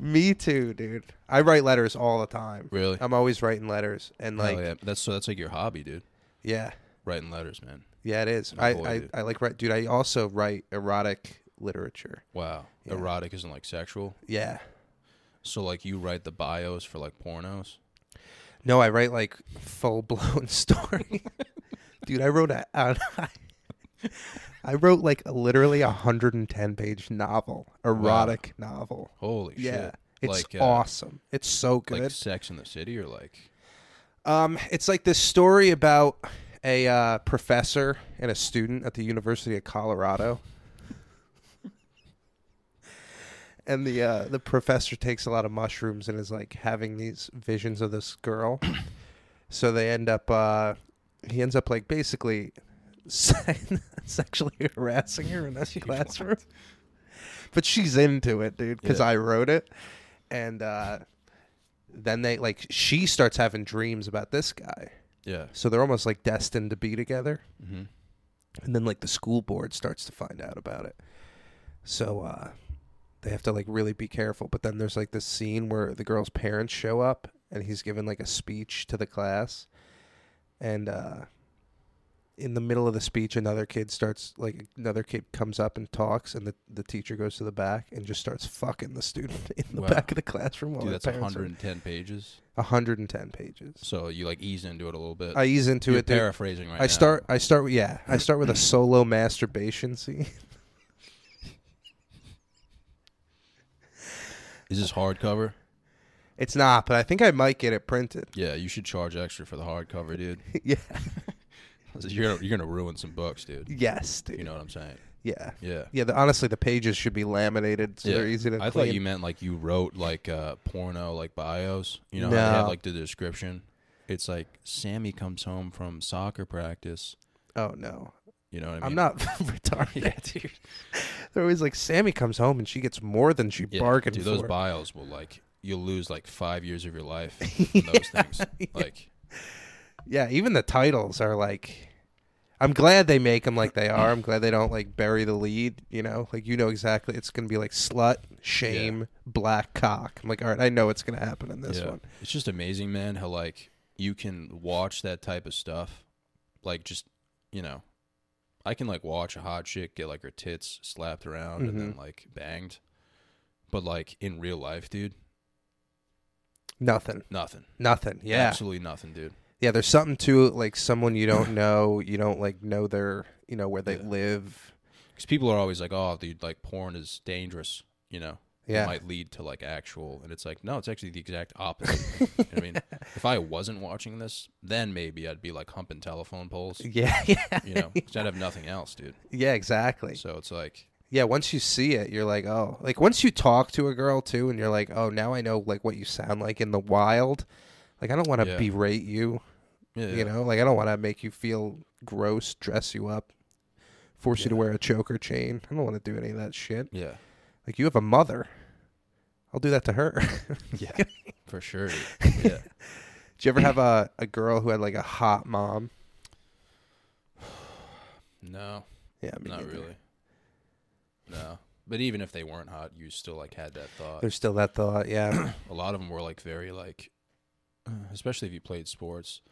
Speaker 3: Me too, dude. I write letters all the time.
Speaker 1: Really?
Speaker 3: I'm always writing letters, and like,
Speaker 1: Hell yeah. That's so that's like your hobby, dude.
Speaker 3: yeah.
Speaker 1: Writing letters, man.
Speaker 3: Yeah, it is.
Speaker 1: My
Speaker 3: I,
Speaker 1: boy,
Speaker 3: I,
Speaker 1: dude.
Speaker 3: I like write, dude. I also write erotic literature.
Speaker 1: Wow. Erotic isn't like sexual.
Speaker 3: Yeah.
Speaker 1: So like you write the bios for like pornos.
Speaker 3: No, I write like full blown [LAUGHS] story. dude, I wrote a, a [LAUGHS] I wrote like literally a hundred and ten page novel, erotic novel.
Speaker 1: Holy
Speaker 3: Yeah,
Speaker 1: shit.
Speaker 3: it's
Speaker 1: like, uh,
Speaker 3: awesome. It's so good.
Speaker 1: Like Sex in the City or like
Speaker 3: Um, it's like this story about a uh, professor and a student at the University of Colorado. and the uh, the professor takes a lot of mushrooms and is like having these visions of this girl. so they end up uh, he ends up like basically [LAUGHS] se- sexually harassing her in this classroom. But she's into it, dude, because
Speaker 1: Yeah.
Speaker 3: I wrote it. And uh, then they like she starts having dreams about this guy
Speaker 1: yeah.
Speaker 3: so they're almost like destined to be together
Speaker 1: Mm-hmm.
Speaker 3: and then like the school board starts to find out about it so uh they have to like really be careful but then there's like this scene where the girl's parents show up and he's giving like a speech to the class and uh in the middle of the speech another kid starts like another kid comes up and talks and the, the teacher goes to the back and just starts fucking the student [LAUGHS] in the
Speaker 1: Wow.
Speaker 3: back of the classroom while
Speaker 1: Dude,
Speaker 3: Oh, the
Speaker 1: that's
Speaker 3: parents are-
Speaker 1: 110 pages.
Speaker 3: 110 pages
Speaker 1: So you like ease into it a little bit.
Speaker 3: i ease into
Speaker 1: You're
Speaker 3: it dude.
Speaker 1: paraphrasing right now.
Speaker 3: I start. I start with yeah. I start with a solo masturbation scene. [LAUGHS]
Speaker 1: Is this hardcover?
Speaker 3: It's not, but I think I might get it printed. [LAUGHS]
Speaker 1: Yeah, you should charge extra for the hardcover, dude.
Speaker 3: yeah.
Speaker 1: You're gonna, you're gonna ruin some books, dude.
Speaker 3: Yes, dude.
Speaker 1: You know what I'm saying?
Speaker 3: Yeah.
Speaker 1: Yeah.
Speaker 3: Yeah. The, honestly, the pages should be laminated so
Speaker 1: Yeah.
Speaker 3: they're easy to.
Speaker 1: I
Speaker 3: clean.
Speaker 1: thought you meant like you wrote like uh, porno like bios. You know, how they have
Speaker 3: No.
Speaker 1: like the description. It's like Sammy comes home from soccer practice.
Speaker 3: Oh no,
Speaker 1: You know what I mean?
Speaker 3: I am not [LAUGHS] retarded, dude. [LAUGHS] They're always like, Sammy comes home and she gets more than she
Speaker 1: Yeah,
Speaker 3: bargained
Speaker 1: dude,
Speaker 3: for.
Speaker 1: those bios will like you'll lose like five years of your life.
Speaker 3: [LAUGHS]
Speaker 1: From those things, like
Speaker 3: yeah. Even the titles are like. I'm glad they make
Speaker 1: [LAUGHS]
Speaker 3: them like they are. I'm glad they don't like bury the lead. You know, like you know exactly. It's gonna be like slut, shame, black cock. I'm like, all right, I know it's gonna happen in this
Speaker 1: Yeah.
Speaker 3: one.
Speaker 1: It's just amazing, man, how like you can watch that type of stuff. Like just you know, I can like watch a hot chick get like her tits slapped around and
Speaker 3: Mm-hmm.
Speaker 1: then like banged. But like in real life, dude,
Speaker 3: Nothing,
Speaker 1: nothing.
Speaker 3: nothing. Yeah,
Speaker 1: Absolutely nothing, dude.
Speaker 3: yeah. There's something to like someone
Speaker 1: [CLEARS THROAT]
Speaker 3: you don't know. You don't like know their, you know, where they live.
Speaker 1: [LAUGHS] Because people are always like, "Oh, dude, like porn is dangerous," you know.
Speaker 3: Yeah.
Speaker 1: It might lead to like actual, and it's like, no, it's actually the exact opposite. You know what I
Speaker 3: [LAUGHS]
Speaker 1: mean, if I wasn't watching this, then maybe I'd be like humping telephone poles,
Speaker 3: Yeah, [LAUGHS] yeah,
Speaker 1: you know, 'cause I'd have nothing else, dude.
Speaker 3: yeah. Exactly.
Speaker 1: So it's like,
Speaker 3: Yeah. Once you see it, you're like, oh, like once you talk to a girl too, and you're like, oh, now I know like what you sound like in the wild. Like I don't want to
Speaker 1: Yeah.
Speaker 3: berate you.
Speaker 1: yeah,
Speaker 3: You know, like I don't want to make you feel gross, dress you up, force you to wear a choker chain. I don't want to do any of that shit. [LAUGHS]
Speaker 1: yeah,
Speaker 3: Like you have a mother. I'll do that to her. [LAUGHS] Did
Speaker 1: yeah, for sure. dude. Yeah.
Speaker 3: you ever have a, a girl who had like a hot mom? [LAUGHS]
Speaker 1: No,
Speaker 3: Yeah, me
Speaker 1: not
Speaker 3: neither.
Speaker 1: really. No, but even if they weren't hot, you still like had that thought.
Speaker 3: There's still that
Speaker 1: [COUGHS]
Speaker 3: thought, yeah.
Speaker 1: a lot of them were like very like uh, especially if you played sports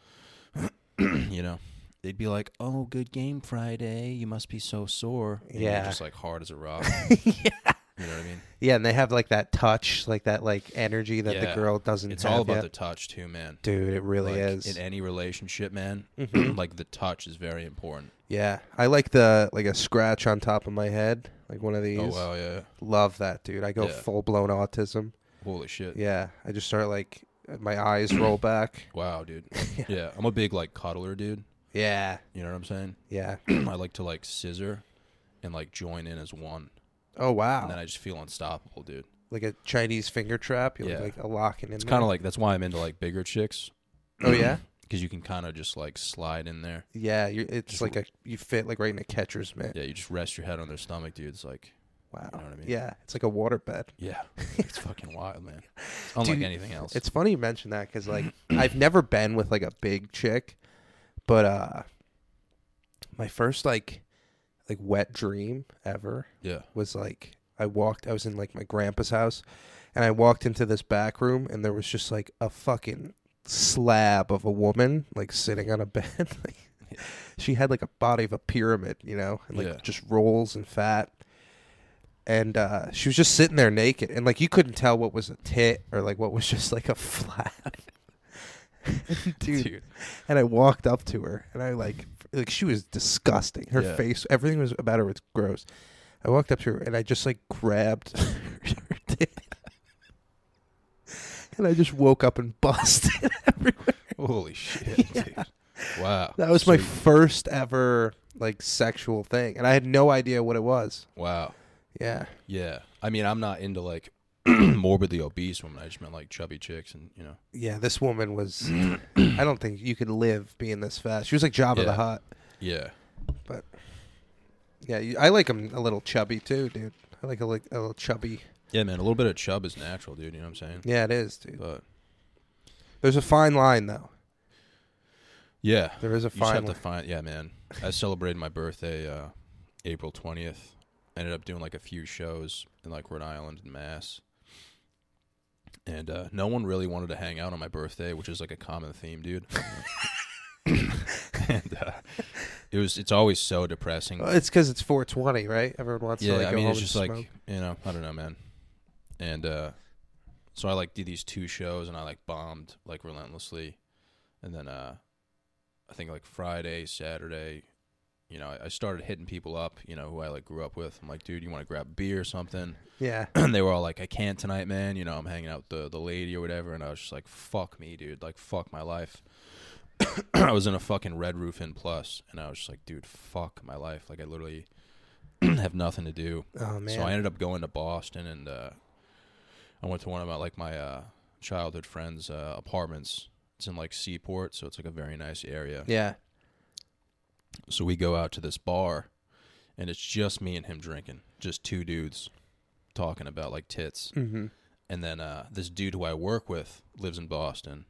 Speaker 1: [CLEARS THROAT] you know they'd be like oh good game friday you must be so sore and you're
Speaker 3: Yeah.
Speaker 1: just like hard as a rock you know what i
Speaker 3: [LAUGHS]
Speaker 1: mean
Speaker 3: yeah, and they have like that touch, like that like energy that
Speaker 1: Yeah.
Speaker 3: the girl doesn't
Speaker 1: it's
Speaker 3: have
Speaker 1: all about the
Speaker 3: yet.
Speaker 1: touch too man
Speaker 3: Dude, it really
Speaker 1: like mm-hmm.
Speaker 3: is. Mm-hmm.
Speaker 1: in any relationship
Speaker 3: [CLEARS THROAT]
Speaker 1: man [CLEARS THROAT] like the touch is very important
Speaker 3: yeah. I like the like a scratch on top of my head, like one of these.
Speaker 1: oh wow yeah
Speaker 3: Love that, dude. I go
Speaker 1: Yeah.
Speaker 3: full blown autism.
Speaker 1: holy shit
Speaker 3: Yeah, I just start like my eyes
Speaker 1: [COUGHS]
Speaker 3: roll back.
Speaker 1: wow
Speaker 3: [LAUGHS]
Speaker 1: dude yeah i'm a big like cuddler dude
Speaker 3: Yeah,
Speaker 1: you know what i'm saying [CLEARS THROAT]
Speaker 3: yeah.
Speaker 1: i like to like scissor and like join in as one
Speaker 3: Oh wow,
Speaker 1: and then i just feel unstoppable dude
Speaker 3: like a Chinese finger trap. You're
Speaker 1: Yeah.
Speaker 3: like a locking in.
Speaker 1: It's kind of like that's why I'm into like bigger chicks [COUGHS] [CLEARS THROAT]
Speaker 3: oh yeah,
Speaker 1: because you can kind of just like slide in there.
Speaker 3: yeah. You're, it's like a you fit like right in a catcher's mitt.
Speaker 1: Yeah, you just rest your head on their stomach, dude. It's like,
Speaker 3: Wow.
Speaker 1: know what I mean?
Speaker 3: Yeah, it's like a waterbed.
Speaker 1: yeah, [LAUGHS] it's fucking wild,
Speaker 3: [LAUGHS]
Speaker 1: man. It's unlike
Speaker 3: Dude,
Speaker 1: anything else.
Speaker 3: It's funny you mention that because like [CLEARS THROAT] I've never been with like a big chick, but uh, my first like like wet dream ever
Speaker 1: yeah,
Speaker 3: was like I walked I was in like my grandpa's house and I walked into this back room and there was just like a fucking slab of a woman like sitting on a [LAUGHS] bed like she had like a body of a pyramid, you know, and like
Speaker 1: Yeah.
Speaker 3: just rolls and fat. And uh, she was just sitting there naked and like you couldn't tell what was a tit or like what was just like a [LAUGHS] flap. Dude.
Speaker 1: Dude.
Speaker 3: And I walked up to her and I like like she was disgusting. Her
Speaker 1: Yeah.
Speaker 3: face, everything was about her was gross. I walked up to her and I just like grabbed [LAUGHS] her dick. And I just woke up and [LAUGHS] busted everywhere.
Speaker 1: Holy
Speaker 3: [LAUGHS]
Speaker 1: shit, dude. Wow,
Speaker 3: That was my
Speaker 1: Sweet.
Speaker 3: first ever like sexual thing, and I had no idea what it was.
Speaker 1: wow.
Speaker 3: Yeah,
Speaker 1: Yeah, I mean, I'm not into like [CLEARS THROAT] morbidly obese women. I just meant like chubby chicks, and you know,
Speaker 3: yeah. This woman
Speaker 1: [CLEARS THROAT]
Speaker 3: was. I don't think you could live being this fat. She was like Jabba of the
Speaker 1: Yeah.
Speaker 3: Hutt,
Speaker 1: yeah,
Speaker 3: but yeah, you, I like them a little chubby too, dude. I like a, like a little chubby.
Speaker 1: yeah, man. A little bit of chub is natural, dude. You know what I'm saying?
Speaker 3: Yeah, it is, dude.
Speaker 1: But
Speaker 3: There's a fine line though.
Speaker 1: Yeah.
Speaker 3: There is a
Speaker 1: You just
Speaker 3: fine
Speaker 1: have to
Speaker 3: line.
Speaker 1: find. Yeah, man. I celebrated my birthday uh, April twentieth. Ended up doing like a few shows in like Rhode Island and Mass, and uh, no one really wanted to hang out on my birthday, which is like a common theme,
Speaker 3: [LAUGHS]
Speaker 1: dude. [LAUGHS] and uh, it was. It's always so depressing.
Speaker 3: Well, it's because it's 420, right? Everyone wants
Speaker 1: yeah,
Speaker 3: to like
Speaker 1: I
Speaker 3: go
Speaker 1: mean,
Speaker 3: home
Speaker 1: it's just
Speaker 3: and
Speaker 1: like
Speaker 3: smoke.
Speaker 1: you know, I don't know, man. And uh, so I like did these two shows, and I like bombed like relentlessly, and then uh, I think like Friday, Saturday, you know, I, I started hitting people up, you know, who I like grew up with. I'm like, dude, you want to grab beer or something? [CLEARS THROAT]
Speaker 3: yeah,
Speaker 1: and they were all like, I can't tonight, man. You know, I'm hanging out with the the lady or whatever, and I was just like, fuck me, dude. Like, fuck my life. [CLEARS THROAT] I was in a fucking Red Roof Inn Plus, and I was just like, dude, fuck my life. Like, I literally [CLEARS THROAT] have nothing to do.
Speaker 3: Oh, man.
Speaker 1: So I ended up going to Boston, and uh, I went to one of my like my uh, childhood friends' uh, apartments. It's in like Seaport, so it's like a very nice area.
Speaker 3: yeah.
Speaker 1: So we go out to this bar, and it's just me and him drinking, just two dudes talking about like tits. Mm-hmm. And then uh, this dude who I work with lives in Boston,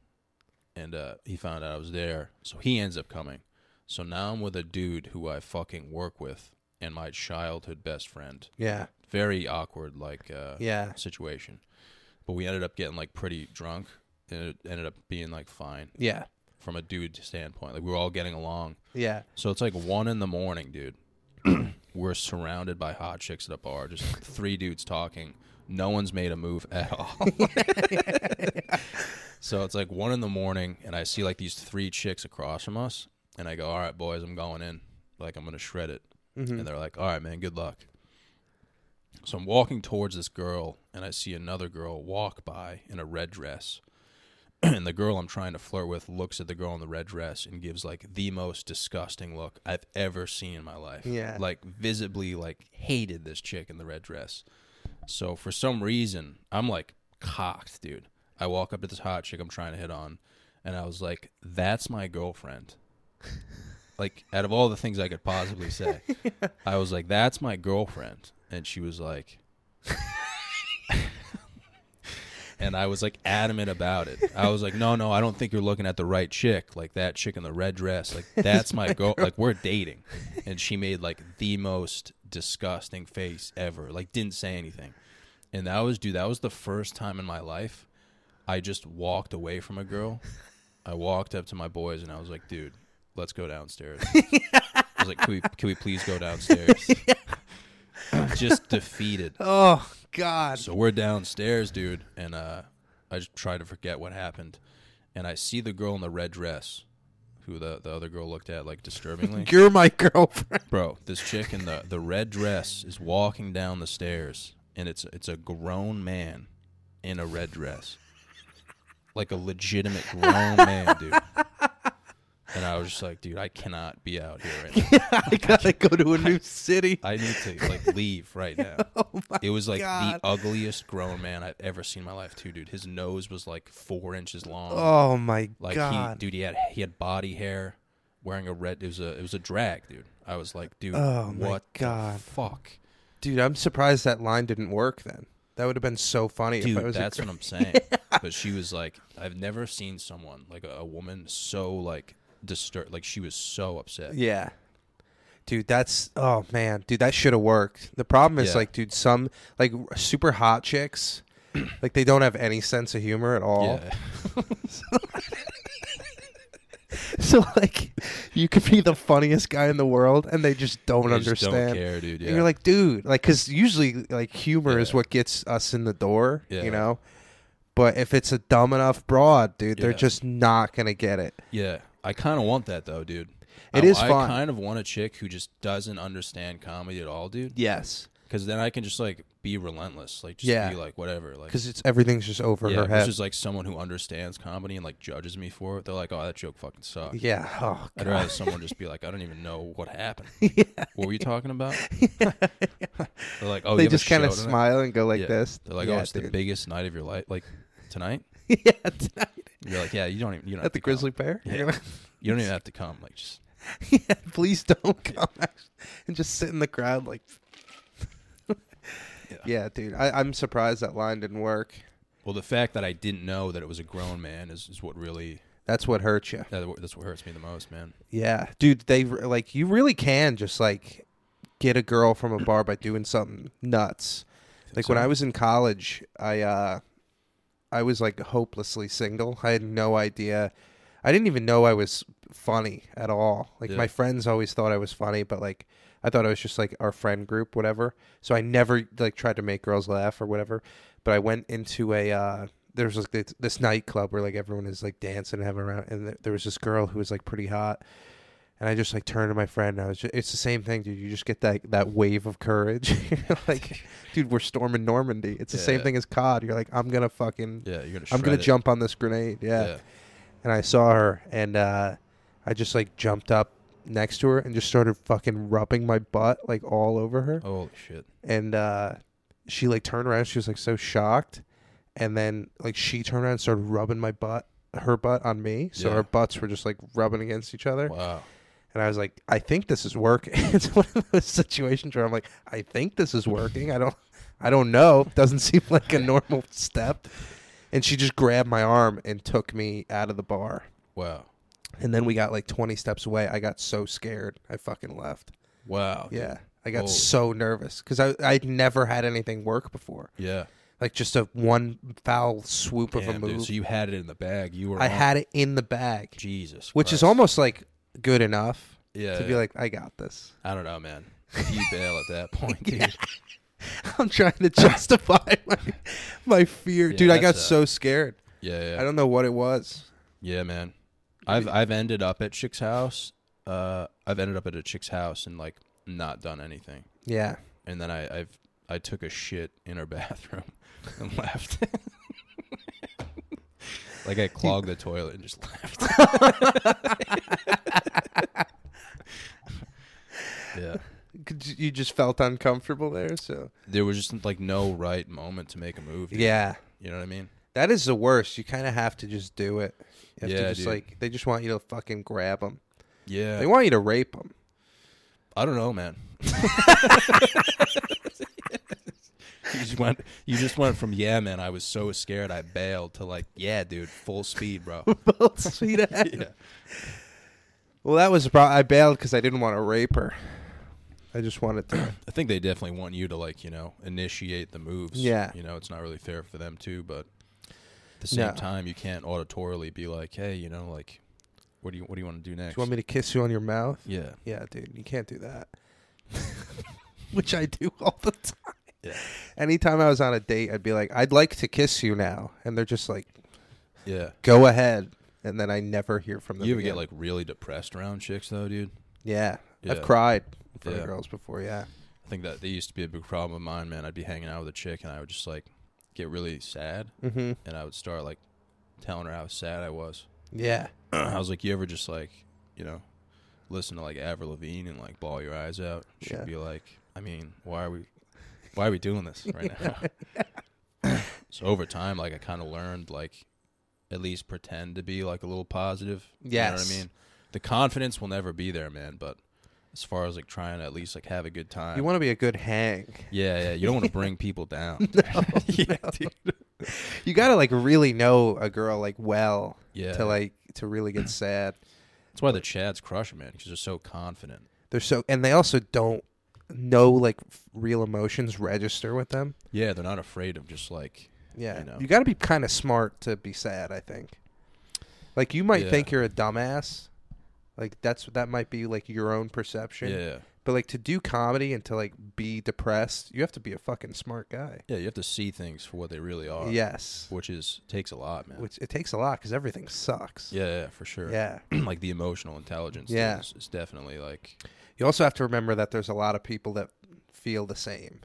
Speaker 1: and uh, he found out I was there, so he ends up coming. So now I'm with a dude who I fucking work with and my childhood best friend.
Speaker 3: Yeah.
Speaker 1: Very awkward, like uh,
Speaker 3: Yeah.
Speaker 1: situation. But we ended up getting like pretty drunk, and it ended up being like fine
Speaker 3: Yeah.
Speaker 1: from a dude standpoint. Like we were all getting along.
Speaker 3: Yeah.
Speaker 1: So it's like one in the morning, dude. [CLEARS THROAT] We're surrounded by hot chicks at a bar, just three dudes talking. No one's made a move at all. [LAUGHS] so it's like one in the morning, and I see like these three chicks across from us, and I go, "All right, boys, I'm going in. Like I'm gonna shred it." And they're like, "All right, man, good luck." So I'm walking towards this girl, and I see another girl walk by in a red dress [CLEARS THROAT] and the girl I'm trying to flirt with looks at the girl in the red dress and gives like the most disgusting look I've ever seen in my life.
Speaker 3: Yeah.
Speaker 1: Like visibly like hated this chick in the red dress. So for some reason, I'm like cocked, dude. I walk up to this hot chick I'm trying to hit on and I was like, That's my girlfriend. like out of all the things I could possibly say. [LAUGHS] I was like, That's my girlfriend and she was like [LAUGHS] and I was like adamant about it. I was like, no, no, I don't think you're looking at the right chick. Like that chick in the red dress. Like that's my girl. Like we're dating. And she made like the most disgusting face ever. Like didn't say anything. And that was, dude, that was the first time in my life I just walked away from a girl. I walked up to my boys and I was like, dude, let's go downstairs. I was like, can we, can we please go downstairs? [LAUGHS] just defeated.
Speaker 3: Oh God.
Speaker 1: So we're downstairs, dude, and uh, I just try to forget what happened, and I see the girl in the red dress, who the the other girl looked at like disturbingly.
Speaker 3: [LAUGHS] You're my girlfriend. [LAUGHS]
Speaker 1: Bro, this chick in the the red dress is walking down the stairs, and it's it's a grown man in a red dress, like a legitimate grown man, dude. And I was just like, dude, I cannot be out here right now.
Speaker 3: I gotta
Speaker 1: [LAUGHS]
Speaker 3: go to a new city.
Speaker 1: I need to
Speaker 3: [LAUGHS]
Speaker 1: like leave right now. it was like
Speaker 3: Oh God.
Speaker 1: the ugliest grown man I've ever seen in my life, too, dude. His nose was like four inches long.
Speaker 3: Oh my
Speaker 1: like he,
Speaker 3: God.
Speaker 1: dude, he had he had body hair, wearing a red. It was a it was a drag, dude. I was like, dude,
Speaker 3: Oh, my
Speaker 1: what the
Speaker 3: God.
Speaker 1: fuck,
Speaker 3: Dude, I'm surprised that line didn't work then. That would have been so funny if I
Speaker 1: dude?
Speaker 3: was a
Speaker 1: That's
Speaker 3: girl.
Speaker 1: what
Speaker 3: [LAUGHS]
Speaker 1: I'm saying. But she was like, I've never seen someone like a, a woman so like disturbed. Like she was so upset.
Speaker 3: Yeah. Dude, that's oh man, dude, that should have worked. The problem is
Speaker 1: Yeah.
Speaker 3: like, dude, some like super hot chicks, like they don't have any sense of humor at all.
Speaker 1: Yeah. [LAUGHS]
Speaker 3: [LAUGHS] So like, you could be the funniest guy in the world, and they just don't
Speaker 1: They just
Speaker 3: understand.
Speaker 1: don't care, dude. Yeah.
Speaker 3: And you're like, dude, like, because usually like humor is
Speaker 1: Yeah.
Speaker 3: what gets us in the door,
Speaker 1: Yeah.
Speaker 3: you know. But if it's a dumb enough broad, dude, they're
Speaker 1: Yeah.
Speaker 3: just not gonna get it.
Speaker 1: Yeah, I kind of want that though, dude.
Speaker 3: It
Speaker 1: I,
Speaker 3: is
Speaker 1: I
Speaker 3: fun.
Speaker 1: kind of want a chick who just doesn't understand comedy at all, dude.
Speaker 3: Yes,
Speaker 1: Because then I can just like be relentless, like just
Speaker 3: Yeah.
Speaker 1: be like whatever, like
Speaker 3: because it's everything's just over
Speaker 1: yeah.
Speaker 3: her
Speaker 1: if
Speaker 3: head.
Speaker 1: It's just like someone who understands comedy and like judges me for it. They're like, oh, that joke fucking sucks.
Speaker 3: yeah. Oh
Speaker 1: I'd
Speaker 3: god.
Speaker 1: rather someone just be like, I don't even know what
Speaker 3: [LAUGHS]
Speaker 1: happened. What were you talking about? [LAUGHS] They're like, oh,
Speaker 3: they
Speaker 1: you have a
Speaker 3: just kind
Speaker 1: show
Speaker 3: of
Speaker 1: tonight?"
Speaker 3: smile and go like
Speaker 1: Yeah.
Speaker 3: this.
Speaker 1: They're like,
Speaker 3: yeah,
Speaker 1: oh, it's the
Speaker 3: dude.
Speaker 1: biggest night of your life, like tonight.
Speaker 3: [LAUGHS] yeah, tonight
Speaker 1: You're like, yeah, you don't even you don't have
Speaker 3: at the
Speaker 1: to come.
Speaker 3: Grizzly Bear. [LAUGHS]
Speaker 1: Yeah. You don't even have to come, like just
Speaker 3: yeah, [LAUGHS] please don't come and just sit in the crowd like. [LAUGHS] yeah. dude, I, I'm surprised that line didn't work.
Speaker 1: Well, the fact that I didn't know that it was a grown man is, is what really
Speaker 3: That's what hurt you.
Speaker 1: that, that's what hurts me the most, man.
Speaker 3: Yeah, dude, they re- like you really can just like get a girl from a bar by doing something nuts. Like when
Speaker 1: so?
Speaker 3: I was in college, I uh I was like hopelessly single. I had no idea. I didn't even know I was funny at all. Like
Speaker 1: Yeah.
Speaker 3: my friends always thought I was funny, but like I thought I was just like our friend group whatever. So I never like tried to make girls laugh or whatever. But I went into a uh there was like this- this nightclub where like everyone is like dancing and having around and th- there was this girl who was like pretty hot and I just like turned to my friend. And I was just, it's the same thing, dude. You just get that that wave of courage. [LAUGHS] You're
Speaker 1: [LAUGHS]
Speaker 3: like, dude, we're storming Normandy. It's the same
Speaker 1: Yeah.
Speaker 3: thing as COD. You're like, I'm gonna fucking,
Speaker 1: Yeah, you're gonna.
Speaker 3: I'm gonna
Speaker 1: shred it.
Speaker 3: jump on this grenade. Yeah.
Speaker 1: Yeah.
Speaker 3: And I saw her, and uh, I just like jumped up next to her and just started fucking rubbing my butt like all over her.
Speaker 1: Holy shit!
Speaker 3: And uh, she like turned around. She was like so shocked, and then like she turned around and started rubbing my butt, her butt on me. So
Speaker 1: Yeah.
Speaker 3: our butts were just like rubbing against each other.
Speaker 1: Wow.
Speaker 3: And I was like, I think this is working. [LAUGHS] it's one of those situations where I'm like, I think this is working. I don't, I don't know. Doesn't [LAUGHS] seem like a normal step. And she just grabbed my arm and took me out of the bar.
Speaker 1: Wow.
Speaker 3: And then we got like 20 steps away. I got so scared. I fucking left.
Speaker 1: Wow. Oh, dude.
Speaker 3: Yeah. I got
Speaker 1: Holy.
Speaker 3: so nervous because I I'd never had anything work before.
Speaker 1: Yeah.
Speaker 3: Like just a one foul swoop of a
Speaker 1: Damn,
Speaker 3: move.
Speaker 1: dude. So you had it in the bag. You were.
Speaker 3: I
Speaker 1: on-
Speaker 3: had it in the bag,
Speaker 1: Jesus.
Speaker 3: which is
Speaker 1: Christ.
Speaker 3: almost like good enough
Speaker 1: Yeah.
Speaker 3: to be like, I got this.
Speaker 1: I don't know,
Speaker 3: [LAUGHS]
Speaker 1: man. If you bail at that point, dude.
Speaker 3: I'm trying to justify my, my fear.
Speaker 1: Yeah,
Speaker 3: Dude, I got
Speaker 1: that's a-
Speaker 3: so scared.
Speaker 1: Yeah. Yeah.
Speaker 3: I don't know what it was.
Speaker 1: Yeah, man. I've I've ended up at chick's house. Uh, I've ended up at a chick's house and like not done anything,
Speaker 3: Yeah.
Speaker 1: and then I I've I took a shit in her [LAUGHS] bathroom and left. [LAUGHS] like I clogged the toilet and just [LAUGHS] left.
Speaker 3: [LAUGHS]
Speaker 1: yeah,
Speaker 3: 'Cause You just felt uncomfortable there, so.
Speaker 1: there was just like no right moment to make a movie.
Speaker 3: Yeah.
Speaker 1: you know what I mean.
Speaker 3: That is the worst. You kind of have to just do it. You have to
Speaker 1: Yeah,
Speaker 3: just
Speaker 1: dude. Uh,
Speaker 3: like they just want you to fucking grab them.
Speaker 1: Yeah,
Speaker 3: They want you to rape
Speaker 1: [LAUGHS]
Speaker 3: them.
Speaker 1: I don't know,
Speaker 3: [LAUGHS]
Speaker 1: man. you just went. You just went from yeah, man. I was so scared I bailed to like yeah, dude, full speed,
Speaker 3: [LAUGHS]
Speaker 1: bro.
Speaker 3: Sweet
Speaker 1: [LAUGHS]
Speaker 3: ass. Well, that was about. I bailed because I didn't want to rape her. I just wanted
Speaker 1: [COUGHS]
Speaker 3: to.
Speaker 1: I think they definitely want you to like you know initiate the moves.
Speaker 3: Yeah.
Speaker 1: you know it's not really fair for them too, but at the same
Speaker 3: No.
Speaker 1: time you can't auditorily be like, hey, you know, like what do you what do you want to do next?
Speaker 3: Do you want me to kiss you on your mouth?
Speaker 1: yeah,
Speaker 3: Yeah, dude, you can't do
Speaker 1: [LAUGHS]
Speaker 3: that. [LAUGHS] Which I do all the time.
Speaker 1: Yeah.
Speaker 3: Anytime I was on a date, I'd be like, "I'd like to kiss you now," and they're just like,
Speaker 1: yeah.
Speaker 3: [LAUGHS] "Go ahead," and then I never hear from them.
Speaker 1: You ever
Speaker 3: again.
Speaker 1: get like really depressed around chicks though, dude?
Speaker 3: yeah, I've
Speaker 1: Yeah.
Speaker 3: cried for
Speaker 1: Yeah.
Speaker 3: girls before. Yeah,
Speaker 1: I think that they used to be a big problem of mine, man. I'd be hanging out with a chick and I would just like get really sad
Speaker 3: mm-hmm.
Speaker 1: and I would start like telling her how sad I was.
Speaker 3: yeah,
Speaker 1: I was like, You ever just like, you know, listen to like Avril Lavigne and like ball your eyes out? She'd
Speaker 3: Yeah.
Speaker 1: be like, I mean, why are we why are we doing this right now?
Speaker 3: [LAUGHS]
Speaker 1: so over time, like I kinda learned like at least pretend to be like a little positive.
Speaker 3: Yes.
Speaker 1: You know what I mean? The confidence will never be there, man, but as far as like trying to at least like have a good time.
Speaker 3: you want to be a good hang. [LAUGHS]
Speaker 1: Yeah, yeah. You don't want to bring people down. [LAUGHS] yeah, dude.
Speaker 3: You gotta like really know a girl like well
Speaker 1: Yeah.
Speaker 3: to like to really get sad.
Speaker 1: That's why the Chads crush 'em, man, because they're so confident.
Speaker 3: They're so and they also don't know like f- real emotions register with them.
Speaker 1: Yeah, they're not afraid of just like.
Speaker 3: Yeah.
Speaker 1: You know.
Speaker 3: You got to be kind of smart to be sad, I think. Like you might
Speaker 1: Yeah.
Speaker 3: think you're a dumbass. Like that's that might be like your own perception.
Speaker 1: Yeah,
Speaker 3: But like to do comedy and to like be depressed, you have to be a fucking smart guy.
Speaker 1: yeah. You have to see things for what they really are.
Speaker 3: Yes.
Speaker 1: which is takes a lot, man.
Speaker 3: Which it takes a lot cuz everything sucks.
Speaker 1: yeah, yeah, for sure.
Speaker 3: Yeah.
Speaker 1: [CLEARS THROAT] like the emotional intelligence. thing
Speaker 3: Yeah.
Speaker 1: is, is definitely like.
Speaker 3: You also have to remember that there's a lot of people that feel the same.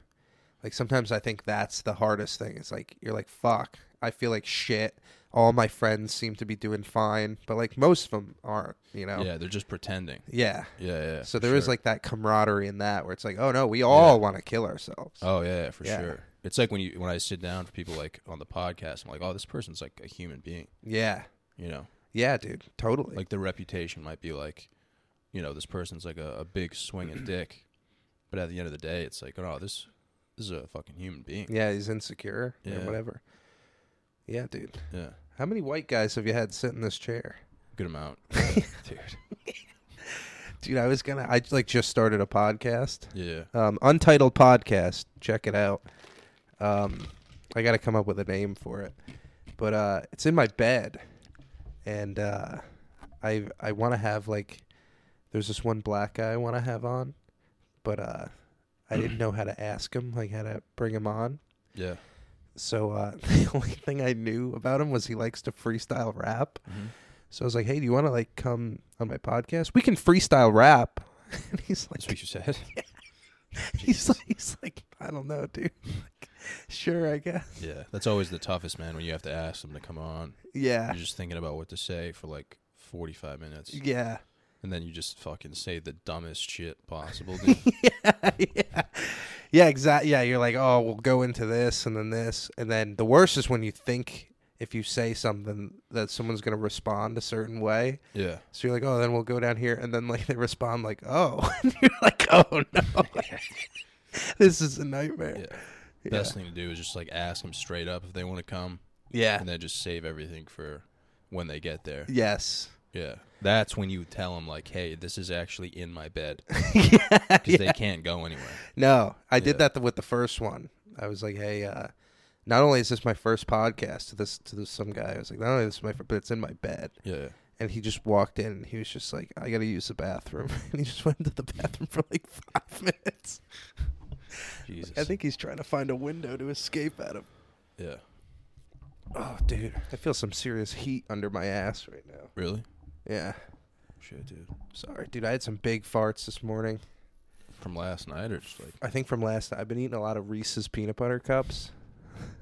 Speaker 3: Like sometimes I think that's the hardest thing. It's like you're like fuck, I feel like shit. All my friends seem to be doing fine, but like most of them aren't, you know.
Speaker 1: Yeah, they're just pretending.
Speaker 3: Yeah.
Speaker 1: Yeah, yeah.
Speaker 3: So
Speaker 1: for
Speaker 3: there is
Speaker 1: sure.
Speaker 3: like that camaraderie in that where it's like, oh no, we all want to kill ourselves.
Speaker 1: Oh yeah, yeah, for
Speaker 3: Yeah.
Speaker 1: sure. It's like when you when I sit down for people like on the podcast, I'm like, oh, this person's like a human being.
Speaker 3: Yeah.
Speaker 1: You know,
Speaker 3: Yeah, dude. Totally.
Speaker 1: like the reputation might be like, you know, this person's like a, a big
Speaker 3: [CLEARS THROAT]
Speaker 1: swinging dick, but at the end of the day, it's like, oh, no, this this is a fucking human being.
Speaker 3: yeah, he's insecure or
Speaker 1: Yeah.
Speaker 3: whatever. Yeah, dude.
Speaker 1: Yeah,
Speaker 3: How many white guys have you had sit in this chair?
Speaker 1: good amount, dude.
Speaker 3: Dude, I was gonna I like just started a podcast.
Speaker 1: Yeah,
Speaker 3: Um Untitled Podcast. Check it out. Um I gotta come up with a name for it. But uh it's in my bed. And uh I I wanna have like there's this one black guy I wanna have on, but uh I didn't know how to ask him, like how to bring him on.
Speaker 1: yeah.
Speaker 3: So uh, [LAUGHS] the only thing I knew about him was he likes to freestyle rap. So I was like, "Hey, do you want to like come on my podcast? We can freestyle rap." [LAUGHS] And he's
Speaker 1: That's what
Speaker 3: like,
Speaker 1: you said. [LAUGHS]
Speaker 3: he's like, he's like, I don't know, dude. [LAUGHS] Like, sure, I guess.
Speaker 1: yeah, that's always the toughest, man. When you have to ask them to come on,
Speaker 3: Yeah,
Speaker 1: you're
Speaker 3: [LAUGHS]
Speaker 1: just thinking about what to say for like 45 minutes,
Speaker 3: yeah, [LAUGHS]
Speaker 1: and then you just fucking say the dumbest shit possible.
Speaker 3: [LAUGHS]
Speaker 1: Dude.
Speaker 3: yeah, yeah. Exactly. Yeah, you're like, oh, we'll go into this and then this, and then the worst is when you think if you say something that someone's gonna respond a certain way,
Speaker 1: yeah,
Speaker 3: So you're like, oh, then we'll go down here, and then like [LAUGHS] they respond like, oh, [LAUGHS] and you're like, oh no, [LAUGHS] this is a nightmare.
Speaker 1: yeah. Best thing to do is just like ask them straight up if they want to come,
Speaker 3: Yeah.
Speaker 1: and then just save everything for when they get there.
Speaker 3: Yes.
Speaker 1: Yeah. That's when you tell them like, "Hey, this is actually in my bed,"
Speaker 3: [LAUGHS] yeah,
Speaker 1: because they can't go anywhere.
Speaker 3: No, I did
Speaker 1: Yeah.
Speaker 3: that th- with the first one. I was like, hey, uh, not only is this my first podcast to this to this some guy, I was like, not only is this my first, but it's in my bed.
Speaker 1: Yeah.
Speaker 3: And he just walked in. and He was just like, I gotta use the bathroom, [LAUGHS] and he just went into the bathroom for like five [LAUGHS] minutes.
Speaker 1: Jesus.
Speaker 3: I think he's trying to find a window to escape out of.
Speaker 1: yeah.
Speaker 3: Oh, dude, I feel some serious heat under my ass right now.
Speaker 1: Really?
Speaker 3: Yeah,
Speaker 1: Shit, dude.
Speaker 3: sorry, dude. I had some big farts this morning.
Speaker 1: From last night, or just like
Speaker 3: I think from last night. I've been eating a lot of Reese's peanut butter cups.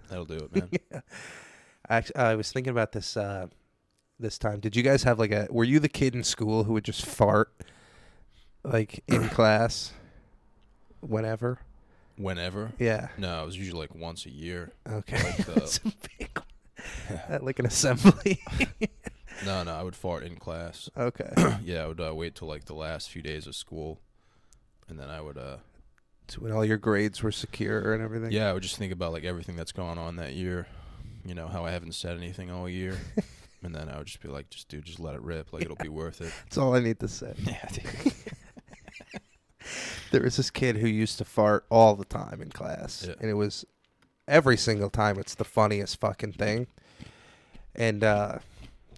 Speaker 1: that'll do it,
Speaker 3: [LAUGHS]
Speaker 1: man.
Speaker 3: I, act- uh, I was thinking about this uh, this time. Did you guys have like a? Were you the kid in school who would just fart like in class, whenever?
Speaker 1: Whenever.
Speaker 3: Yeah.
Speaker 1: No, it was usually like once a year.
Speaker 3: Okay. [LAUGHS]
Speaker 1: Like
Speaker 3: That's
Speaker 1: the,
Speaker 3: a big one. At like an assembly.
Speaker 1: no, no, I would fart in [COUGHS] class.
Speaker 3: okay. [COUGHS]
Speaker 1: yeah, I would uh, wait till like the last few days of school, and then I would. uh
Speaker 3: So when all your grades were secure and everything.
Speaker 1: Yeah, I would just think about like everything that's gone on that year. You know how I haven't said anything all [LAUGHS] year, and then I would just be like, just dude, just let it rip. Like it'll be worth it.
Speaker 3: That's all I need to say.
Speaker 1: [LAUGHS] Yeah, dude.
Speaker 3: [LAUGHS] There was this kid who used to fart all the time in class,
Speaker 1: Yeah.
Speaker 3: and it was every single time. It's the funniest fucking thing. And uh,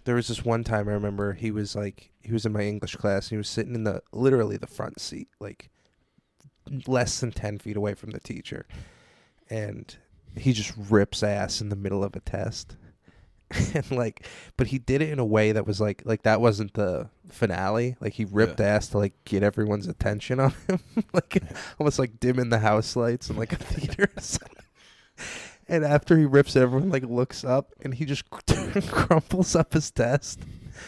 Speaker 3: there was this one time I remember he was like he was in my English class and he was sitting in the literally the front seat, like less than ten feet away from the teacher, and he just rips ass in the middle of a test. [LAUGHS] and like but he did it in a way that was like like that wasn't the finale like he ripped
Speaker 1: Yeah.
Speaker 3: ass to like get everyone's attention on him [LAUGHS] like almost like dimming the house lights in like a theater or something. and after he rips it, everyone like looks up and he just [LAUGHS] crumples up his test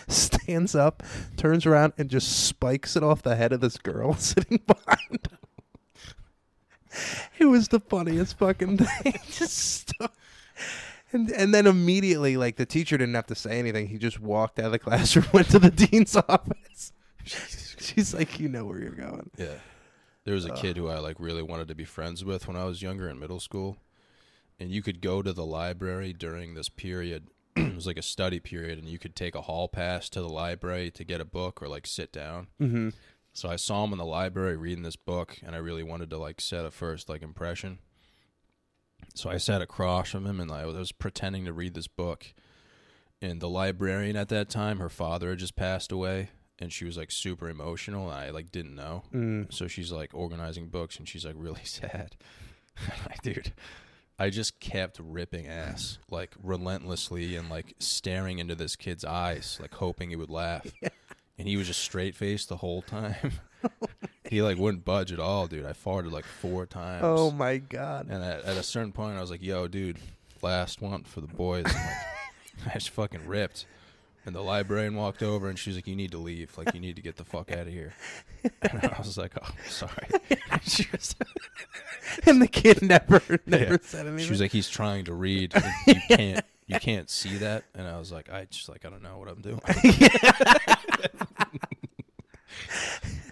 Speaker 3: stands up turns around and just spikes it off the head of this girl [LAUGHS] sitting behind him it was the funniest fucking thing [LAUGHS] just stuck. And, and then immediately, like the teacher didn't have to say anything. He just walked out of the classroom, [LAUGHS] went to the dean's office. She's like, "You know where you're going."
Speaker 1: Yeah. There was a kid who I like really wanted to be friends with when I was younger in middle school. And you could go to the library during this period. [CLEARS THROAT] it was like a study period and you could take a hall pass to the library to get a book or like sit down.
Speaker 3: Mm-hmm.
Speaker 1: So I saw him in the library reading this book and I really wanted to like set a first like impression. So I sat across from him and I was pretending to read this book. And the librarian at that time, her father had just passed away and she was like super emotional and I like didn't know.
Speaker 3: Mm.
Speaker 1: So she's like organizing books and she's like really [LAUGHS] sad. I'm like, dude, I just kept ripping ass like relentlessly and like staring into this kid's eyes, like hoping he would
Speaker 3: [LAUGHS]
Speaker 1: laugh. And he was just straight faced the whole time. he like wouldn't budge at all, dude. I farted like four times.
Speaker 3: Oh my god!
Speaker 1: And at, at a certain point, I was like, yo, dude, last one for the boys. I'm like, [LAUGHS] I just fucking ripped. And the librarian walked over and she was like, you need to leave. Like, you need to get the fuck out of here. And I was like, oh, I'm
Speaker 3: [LAUGHS]
Speaker 1: sorry.
Speaker 3: [LAUGHS] she was, [LAUGHS] and the kid never never
Speaker 1: Yeah.
Speaker 3: said anything.
Speaker 1: She was like, he's trying to
Speaker 3: [LAUGHS]
Speaker 1: read. and You can't. You can't see that, and I was like, I just like I don't know what I'm doing.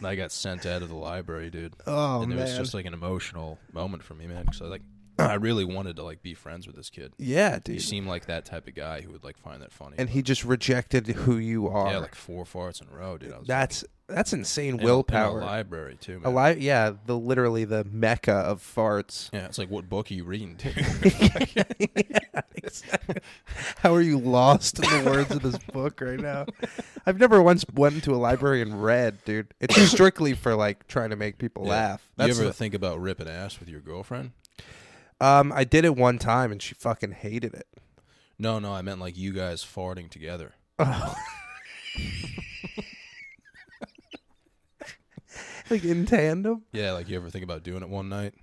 Speaker 1: and I got sent out of the library, dude.
Speaker 3: "Oh
Speaker 1: and it
Speaker 3: man,
Speaker 1: was just like an emotional moment for me, man. Because I like, [CLEARS THROAT] I really wanted to like be friends with this kid.
Speaker 3: yeah,
Speaker 1: He
Speaker 3: dude."
Speaker 1: seemed like that type of guy who would like find that funny.
Speaker 3: And he just rejected who you are.
Speaker 1: yeah, like four farts in a row, dude. I was
Speaker 3: that's that's insane
Speaker 1: in a-
Speaker 3: willpower.
Speaker 1: in a library too, man.
Speaker 3: A li- yeah, the literally the mecca of farts.
Speaker 1: yeah, it's like what book are you reading,
Speaker 3: [LAUGHS]
Speaker 1: dude? [LAUGHS]
Speaker 3: How are you lost in the words of this book right now? I've never once went to a library and read, dude. It's strictly for like trying to make people laugh.
Speaker 1: You
Speaker 3: That's
Speaker 1: ever think about ripping ass with your girlfriend?
Speaker 3: um I did it one time and she fucking hated it.
Speaker 1: No, no, I meant like you guys farting together.
Speaker 3: Like in tandem.
Speaker 1: Yeah, like you ever think about doing it one night?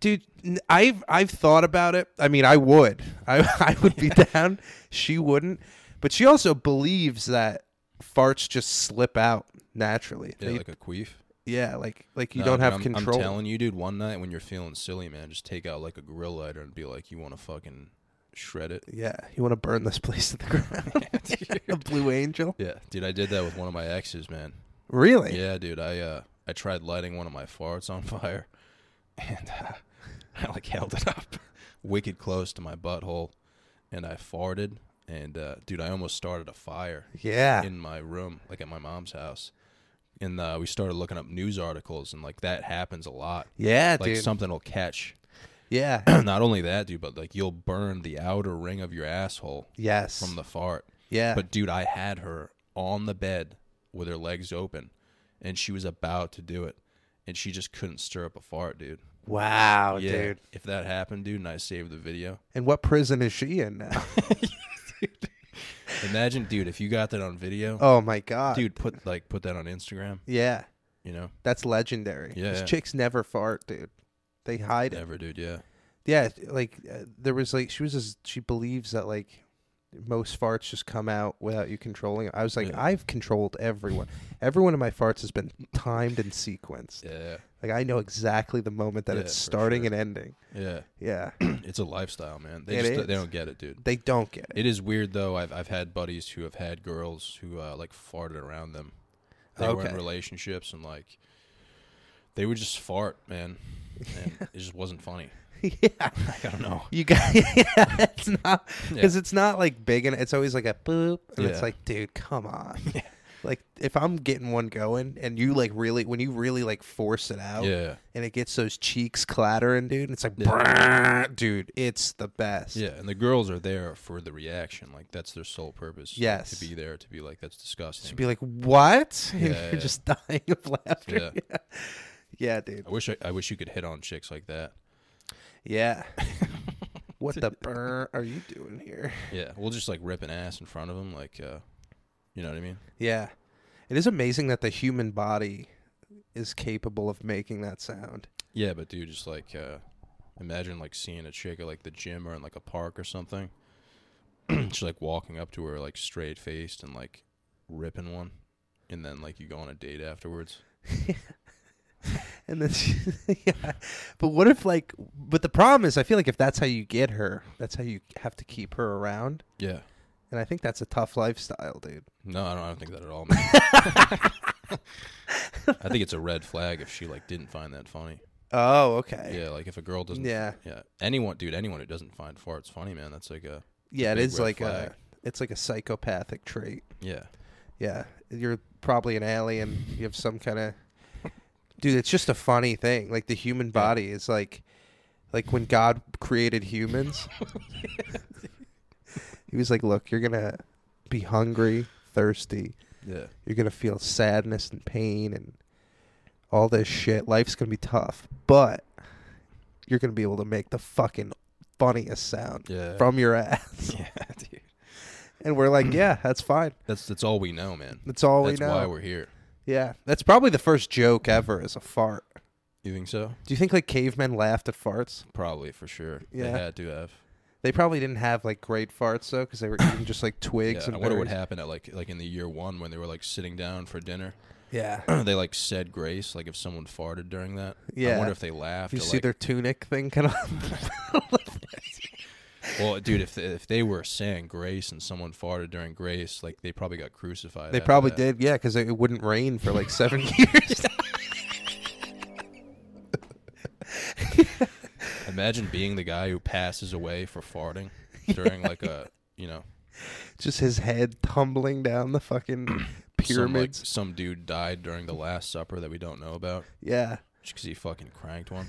Speaker 3: Dude, n- I've I've thought about it. I mean, I would. [LAUGHS] I I would be down. She wouldn't. But she also believes that farts just slip out naturally.
Speaker 1: Yeah,
Speaker 3: They-
Speaker 1: like a queef.
Speaker 3: yeah, like like you
Speaker 1: Nah,
Speaker 3: don't
Speaker 1: dude,
Speaker 3: have
Speaker 1: I'm,
Speaker 3: control.
Speaker 1: I'm telling you, dude. One night when you're feeling silly, man, just take out like a grill lighter and be like, you want to fucking shred it.
Speaker 3: Yeah, you want to burn this [LAUGHS] place to the ground. [LAUGHS] a blue angel.
Speaker 1: Yeah, dude. I did that with one of my exes, man.
Speaker 3: Really?
Speaker 1: Yeah, dude. I uh, I tried lighting one of my farts on [LAUGHS] fire, and uh, [LAUGHS] I like held it up, wicked close to my butthole, and I farted, and uh, dude, I almost started a fire
Speaker 3: Yeah.
Speaker 1: in my room, like at my mom's house. And uh, we started looking up news articles, and like that happens a lot.
Speaker 3: yeah,
Speaker 1: like
Speaker 3: dude.
Speaker 1: something will catch. [CLEARS THROAT] [COUGHS]
Speaker 3: yeah.
Speaker 1: Not only that, dude, but like you'll burn the outer ring of your asshole
Speaker 3: yes.
Speaker 1: from the fart.
Speaker 3: yeah.
Speaker 1: But dude, I had her on the bed with her legs open, and she was about to do it, and she just couldn't stir up a fart, dude.
Speaker 3: wow,
Speaker 1: Yeah,
Speaker 3: Oh, dude.
Speaker 1: if that happened, dude, and I saved the video.
Speaker 3: And what prison is she in
Speaker 1: [LAUGHS]
Speaker 3: now?
Speaker 1: Imagine, dude, if you got that on video,
Speaker 3: oh my god.
Speaker 1: dude, put like put that on Instagram.
Speaker 3: Yeah.
Speaker 1: You know,
Speaker 3: That's legendary.
Speaker 1: Yeah,
Speaker 3: These
Speaker 1: yeah.
Speaker 3: chicks never fart, dude. They hide it.
Speaker 1: never, dude. Yeah,
Speaker 3: Yeah, like uh, there was like she was just, she believes that like most farts just come out without you controlling. it. I was like,
Speaker 1: Yeah.
Speaker 3: I've controlled everyone. everyone in my farts has been timed and sequenced.
Speaker 1: yeah,
Speaker 3: Like I know exactly the moment that
Speaker 1: Yeah,
Speaker 3: it's
Speaker 1: for
Speaker 3: starting
Speaker 1: sure.
Speaker 3: and ending.
Speaker 1: yeah. [CLEARS THROAT]
Speaker 3: Yeah,
Speaker 1: it's a lifestyle, man. They
Speaker 3: It
Speaker 1: just they
Speaker 3: is.
Speaker 1: don't get it, dude.
Speaker 3: [CLEARS THROAT] they don't get it.
Speaker 1: It is weird though. I've I've had buddies who have had girls who uh, like farted around them. They were in
Speaker 3: Okay.
Speaker 1: relationships and like they would just fart, man, and
Speaker 3: [LAUGHS]
Speaker 1: it just wasn't funny.
Speaker 3: yeah,
Speaker 1: Like, I don't know.
Speaker 3: you got. [LAUGHS] yeah, it's not
Speaker 1: Yeah.
Speaker 3: because it's not like big and it's always like a boop, and
Speaker 1: Yeah.
Speaker 3: it's like, dude, come [LAUGHS] on. Like if I'm getting one going and you like really when you really like force it out,
Speaker 1: Yeah,
Speaker 3: and it gets those cheeks clattering, dude. And it's like, "Brrrr," dude, it's the best.
Speaker 1: yeah, and the girls are there for the reaction. Like that's their sole purpose. like,
Speaker 3: Yes.
Speaker 1: to be there to be like that's
Speaker 3: To
Speaker 1: disgusting.
Speaker 3: be like, what? [LAUGHS] And
Speaker 1: Yeah,
Speaker 3: you're
Speaker 1: yeah.
Speaker 3: just dying of laughter.
Speaker 1: Yeah.
Speaker 3: Yeah. [LAUGHS] dude.
Speaker 1: I wish I, I wish you could hit on chicks like that.
Speaker 3: [LAUGHS] Yeah. what the brr are you doing here?
Speaker 1: Yeah, we'll just like rip an ass in front of them, like, uh, you know what I mean?
Speaker 3: Yeah. It is amazing that the human body is capable of making that sound.
Speaker 1: Yeah, but dude, just like uh, imagine like seeing a chick at like the gym or in like a park or something. [CLEARS THROAT] She's like walking up to her like straight faced and like ripping one, and then like you go on a date afterwards.
Speaker 3: And then, she, [LAUGHS] yeah. But what if, like, but the problem is, I feel like if that's how you get her, that's how you have to keep her around.
Speaker 1: Yeah.
Speaker 3: And I think that's a tough lifestyle, dude.
Speaker 1: No, I don't, I don't think that at all. Man.
Speaker 3: [LAUGHS]
Speaker 1: I think it's a red flag if she like didn't find that funny.
Speaker 3: Oh, okay.
Speaker 1: Yeah, like if a girl doesn't.
Speaker 3: Yeah.
Speaker 1: Yeah. Anyone, dude, anyone who doesn't find farts funny, man, that's like a
Speaker 3: Yeah, it
Speaker 1: big
Speaker 3: is
Speaker 1: red
Speaker 3: like
Speaker 1: flag.
Speaker 3: a it's like a psychopathic trait.
Speaker 1: yeah.
Speaker 3: Yeah, you're probably an alien. You have some kind of dude. It's just a funny thing. Like the human body is like like when God
Speaker 1: [LAUGHS]
Speaker 3: created humans. he was like, "Look, you're gonna be hungry, thirsty.
Speaker 1: Yeah.
Speaker 3: You're gonna feel sadness and pain and all this shit. Life's gonna be tough, but you're gonna be able to make the fucking funniest sound
Speaker 1: Yeah.
Speaker 3: from your ass."
Speaker 1: [LAUGHS] yeah, dude.
Speaker 3: And we're like, "Yeah, that's fine."
Speaker 1: That's that's all we know, man.
Speaker 3: That's all
Speaker 1: that's
Speaker 3: we know.
Speaker 1: why we're here.
Speaker 3: yeah, that's probably the first joke ever is a fart.
Speaker 1: You think so?
Speaker 3: Do you think like cavemen laughed at farts?
Speaker 1: Probably for sure. They
Speaker 3: Yeah.
Speaker 1: had to have.
Speaker 3: They probably didn't have like great farts though, because they were eating just like
Speaker 1: Yeah,
Speaker 3: twigs
Speaker 1: I
Speaker 3: and
Speaker 1: wonder what
Speaker 3: berries.
Speaker 1: happened at like like in the year one when they were like sitting down for dinner. [CLEARS THROAT]
Speaker 3: Yeah,
Speaker 1: they like said grace, like if someone farted during that. I
Speaker 3: Yeah.
Speaker 1: wonder if they laughed.
Speaker 3: you
Speaker 1: or,
Speaker 3: see
Speaker 1: like,
Speaker 3: their tunic thing kind of.
Speaker 1: [LAUGHS]
Speaker 3: [LAUGHS]
Speaker 1: well, dude, if they, if they were saying grace and someone farted during grace, like they probably got crucified.
Speaker 3: they
Speaker 1: after
Speaker 3: probably
Speaker 1: that.
Speaker 3: did, yeah, because it wouldn't rain for like seven [LAUGHS] years.
Speaker 1: Imagine being the guy who passes away for
Speaker 3: [LAUGHS]
Speaker 1: farting during like a you know
Speaker 3: just his head tumbling down
Speaker 1: [CLEARS THROAT]
Speaker 3: the fucking
Speaker 1: some, like,
Speaker 3: pyramids.
Speaker 1: some dude died during the Last Supper that we don't know about
Speaker 3: yeah.
Speaker 1: just because he fucking cranked one.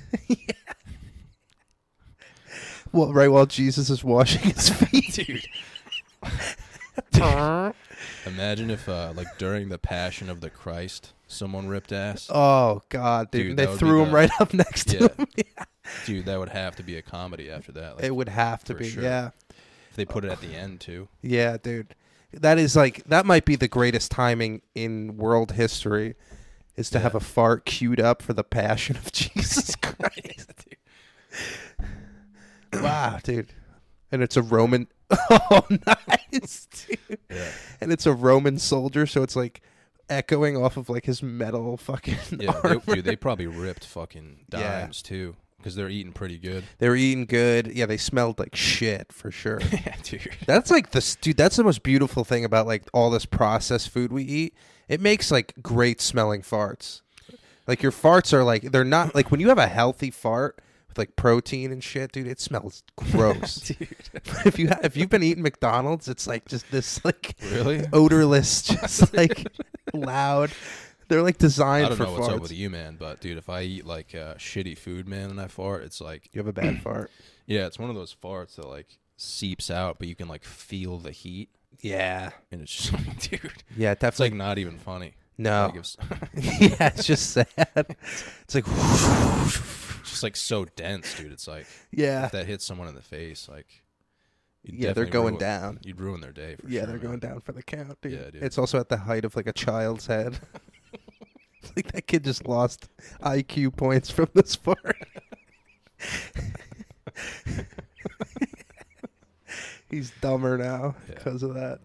Speaker 3: Well, right while Jesus is washing his [LAUGHS] feet, dude.
Speaker 1: Imagine if, uh, like, during the Passion of the Christ, someone ripped ass.
Speaker 3: Oh God, dude!
Speaker 1: Dude,
Speaker 3: And
Speaker 1: that
Speaker 3: they
Speaker 1: would be
Speaker 3: threw him
Speaker 1: the-
Speaker 3: right up next
Speaker 1: Yeah.
Speaker 3: to him. Yeah.
Speaker 1: Dude, that would have to be a comedy after that. Like,
Speaker 3: It would have to
Speaker 1: for
Speaker 3: be,
Speaker 1: sure.
Speaker 3: yeah,
Speaker 1: if they put it at the end too.
Speaker 3: yeah, dude. That is like that might be the greatest timing in world history, is to have
Speaker 1: Yeah.
Speaker 3: a fart queued up for the Passion
Speaker 1: [LAUGHS]
Speaker 3: of [LAUGHS] Jesus Christ. [COUGHS] wow, dude! And it's a Roman. [LAUGHS] Oh, nice, dude.
Speaker 1: Yeah.
Speaker 3: And it's a Roman soldier, so it's like echoing off of like his metal fucking [LAUGHS]
Speaker 1: Yeah,
Speaker 3: armor.
Speaker 1: they, dude, they probably ripped fucking
Speaker 3: Yeah.
Speaker 1: dimes too because they're eating pretty
Speaker 3: [LAUGHS]
Speaker 1: good.
Speaker 3: They were eating good. Yeah, they smelled like shit for sure.
Speaker 1: yeah, dude.
Speaker 3: that's like this dude, that's the most beautiful thing about like all this processed food we eat. It makes like great smelling farts. Like your farts are like they're not like when you have a healthy fart with like protein and shit, dude.
Speaker 1: [LAUGHS]
Speaker 3: It smells gross. [LAUGHS] if you if you've been eating McDonald's, it's like just this like
Speaker 1: Really? [LAUGHS]
Speaker 3: odorless, just like loud. They're like
Speaker 1: I
Speaker 3: designed
Speaker 1: don't
Speaker 3: for
Speaker 1: know what's up
Speaker 3: farts.
Speaker 1: with you, man, but dude, if I eat like uh, shitty food, man, and I fart, it's like,
Speaker 3: You have
Speaker 1: [CLEARS THROAT]
Speaker 3: a bad fart.
Speaker 1: yeah, it's one of those farts that like seeps out, but you can like feel the heat,
Speaker 3: Yeah,
Speaker 1: and it's just [LAUGHS] like, dude, it's
Speaker 3: yeah, definitely.
Speaker 1: like not even funny.
Speaker 3: No. [LAUGHS]
Speaker 1: Like, it's- [LAUGHS]
Speaker 3: yeah, it's just sad. It's like, [LAUGHS]
Speaker 1: it's just like so dense, dude. It's like
Speaker 3: yeah,
Speaker 1: if that hits someone in the face, like, you'd
Speaker 3: Yeah, they're
Speaker 1: definitely
Speaker 3: going
Speaker 1: ruin-
Speaker 3: down.
Speaker 1: You'd ruin their day. For
Speaker 3: yeah,
Speaker 1: sure,
Speaker 3: they're
Speaker 1: man.
Speaker 3: going down for the count, dude.
Speaker 1: Yeah, dude.
Speaker 3: It's also at the height of like a child's head. [LAUGHS] It's like that kid just lost IQ points from this fart. [LAUGHS] He's dumber now
Speaker 1: Yeah.
Speaker 3: because of that.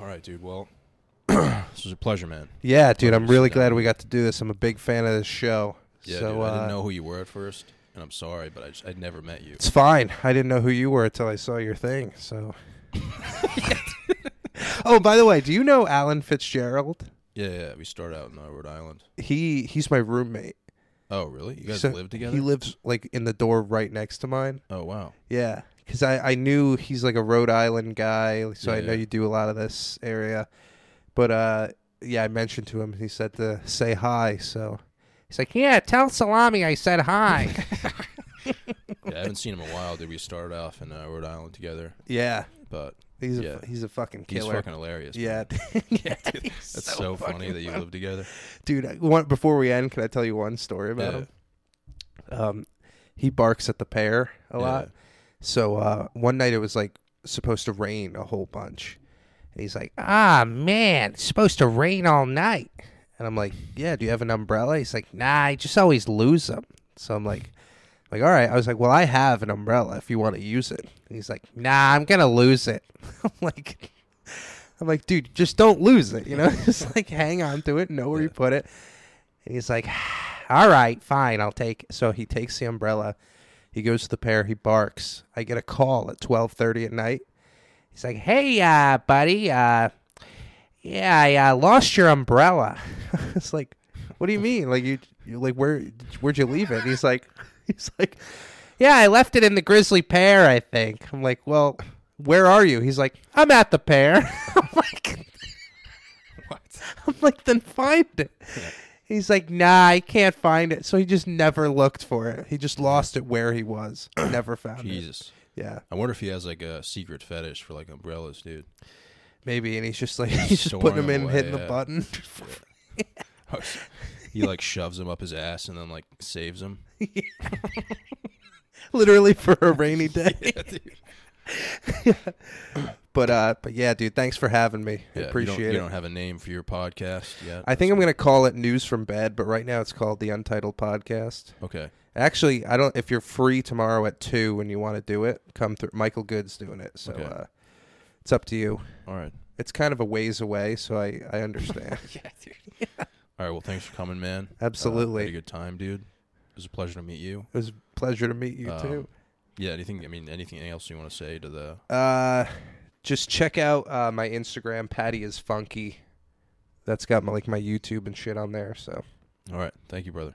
Speaker 1: All right, dude. Well, [CLEARS THROAT] this was a pleasure, man.
Speaker 3: Yeah, dude, I'm really
Speaker 1: Understand.
Speaker 3: glad we got to do this. I'm a big fan of this show.
Speaker 1: Yeah,
Speaker 3: so
Speaker 1: dude, I
Speaker 3: uh,
Speaker 1: didn't know who you were at first, and I'm sorry, but I just, I'd never met you.
Speaker 3: It's fine. I didn't know who you were until I saw your thing. So. [LAUGHS] oh, by the way, do you know Alan Fitzgerald?
Speaker 1: Yeah, yeah. We started out in uh, Rhode Island.
Speaker 3: He he's my roommate.
Speaker 1: Oh, really? You guys
Speaker 3: So
Speaker 1: live together?
Speaker 3: He lives like in the door right next to mine.
Speaker 1: oh, wow.
Speaker 3: Yeah, because I I knew he's like a Rhode Island guy, so I
Speaker 1: Yeah,
Speaker 3: know
Speaker 1: yeah.
Speaker 3: you do a lot of this area. But uh, yeah, I mentioned to him. He said to say hi. So he's like, yeah, tell Salami I said [LAUGHS] hi.
Speaker 1: Yeah, I haven't seen him in a while, dude. We started off in uh, Rhode Island together,
Speaker 3: yeah,
Speaker 1: but
Speaker 3: he's a
Speaker 1: Yeah.
Speaker 3: he's a fucking
Speaker 1: he's
Speaker 3: killer.
Speaker 1: fucking hilarious. man.
Speaker 3: yeah, [LAUGHS] yeah, dude, he's [LAUGHS]
Speaker 1: That's so, funny
Speaker 3: fucking
Speaker 1: that you live together.
Speaker 3: [LAUGHS] dude I, one, before we end can i tell you one story about
Speaker 1: Yeah.
Speaker 3: him um, he barks at the pear a
Speaker 1: Yeah.
Speaker 3: lot so uh, one night it was like supposed to rain a whole bunch and he's like ah man it's supposed to rain all night and i'm like yeah do you have an umbrella he's like nah i just always lose them so i'm like like all right i was like well i have an umbrella if you want to use it and he's like nah i'm gonna lose it [LAUGHS] i'm like i'm like dude just don't lose it you know [LAUGHS] just like hang on to it know where you put it and he's like, [SIGHS] "All right, fine, I'll take." So he takes the umbrella. He goes to the pair. He barks. I get a call at twelve thirty at night. He's like, "Hey, uh, buddy, uh, yeah, I uh, lost your umbrella." [LAUGHS] it's like, "What do you mean? Like you, you like where where'd you leave it?" He's like, [LAUGHS] he's like, "Yeah, I left it in the grizzly pear, I think." I'm like, "Well, where are you?" He's like, "I'm at the pear." [LAUGHS] I'm like. [LAUGHS]
Speaker 1: What?
Speaker 3: I'm like, then find it. He's like, nah, I can't find it. So he just never looked for it. He just lost it where he was. never found
Speaker 1: Jesus.
Speaker 3: it. Yeah,
Speaker 1: I wonder if he has like a secret fetish for like umbrellas,
Speaker 3: [LAUGHS]
Speaker 1: dude.
Speaker 3: maybe. And he's just like, [LAUGHS] he's just
Speaker 1: Storing
Speaker 3: putting them
Speaker 1: them
Speaker 3: in, and hitting
Speaker 1: away,
Speaker 3: the
Speaker 1: yeah.
Speaker 3: button. [LAUGHS]
Speaker 1: he like shoves him up his ass and then like saves him.
Speaker 3: Literally for a
Speaker 1: [LAUGHS]
Speaker 3: rainy day. But uh, but yeah, dude, thanks for having me. I
Speaker 1: Yeah, you
Speaker 3: appreciate
Speaker 1: don't,
Speaker 3: it.
Speaker 1: You don't have a name for your podcast yet.
Speaker 3: I think I'm gonna call it News from Bed, but right now it's called the Untitled Podcast.
Speaker 1: okay.
Speaker 3: Actually, I don't. If you're free tomorrow at two and you want to do it, come through. Michael Good's doing it, so
Speaker 1: Okay.
Speaker 3: uh, it's up to you.
Speaker 1: All right.
Speaker 3: It's kind of a ways away, so I I
Speaker 1: [LAUGHS]
Speaker 3: understand.
Speaker 1: All right. Well, thanks for coming, man. Uh,
Speaker 3: Absolutely.
Speaker 1: had a good time, dude. It was a pleasure to meet you.
Speaker 3: It was a pleasure to meet you
Speaker 1: Um,
Speaker 3: too.
Speaker 1: Yeah. Anything? I mean, anything else you want to say to the?
Speaker 3: Uh, just check out uh, my Instagram. Patty is funky. That's got my like my YouTube and shit on there. So
Speaker 1: All right. Thank you, brother.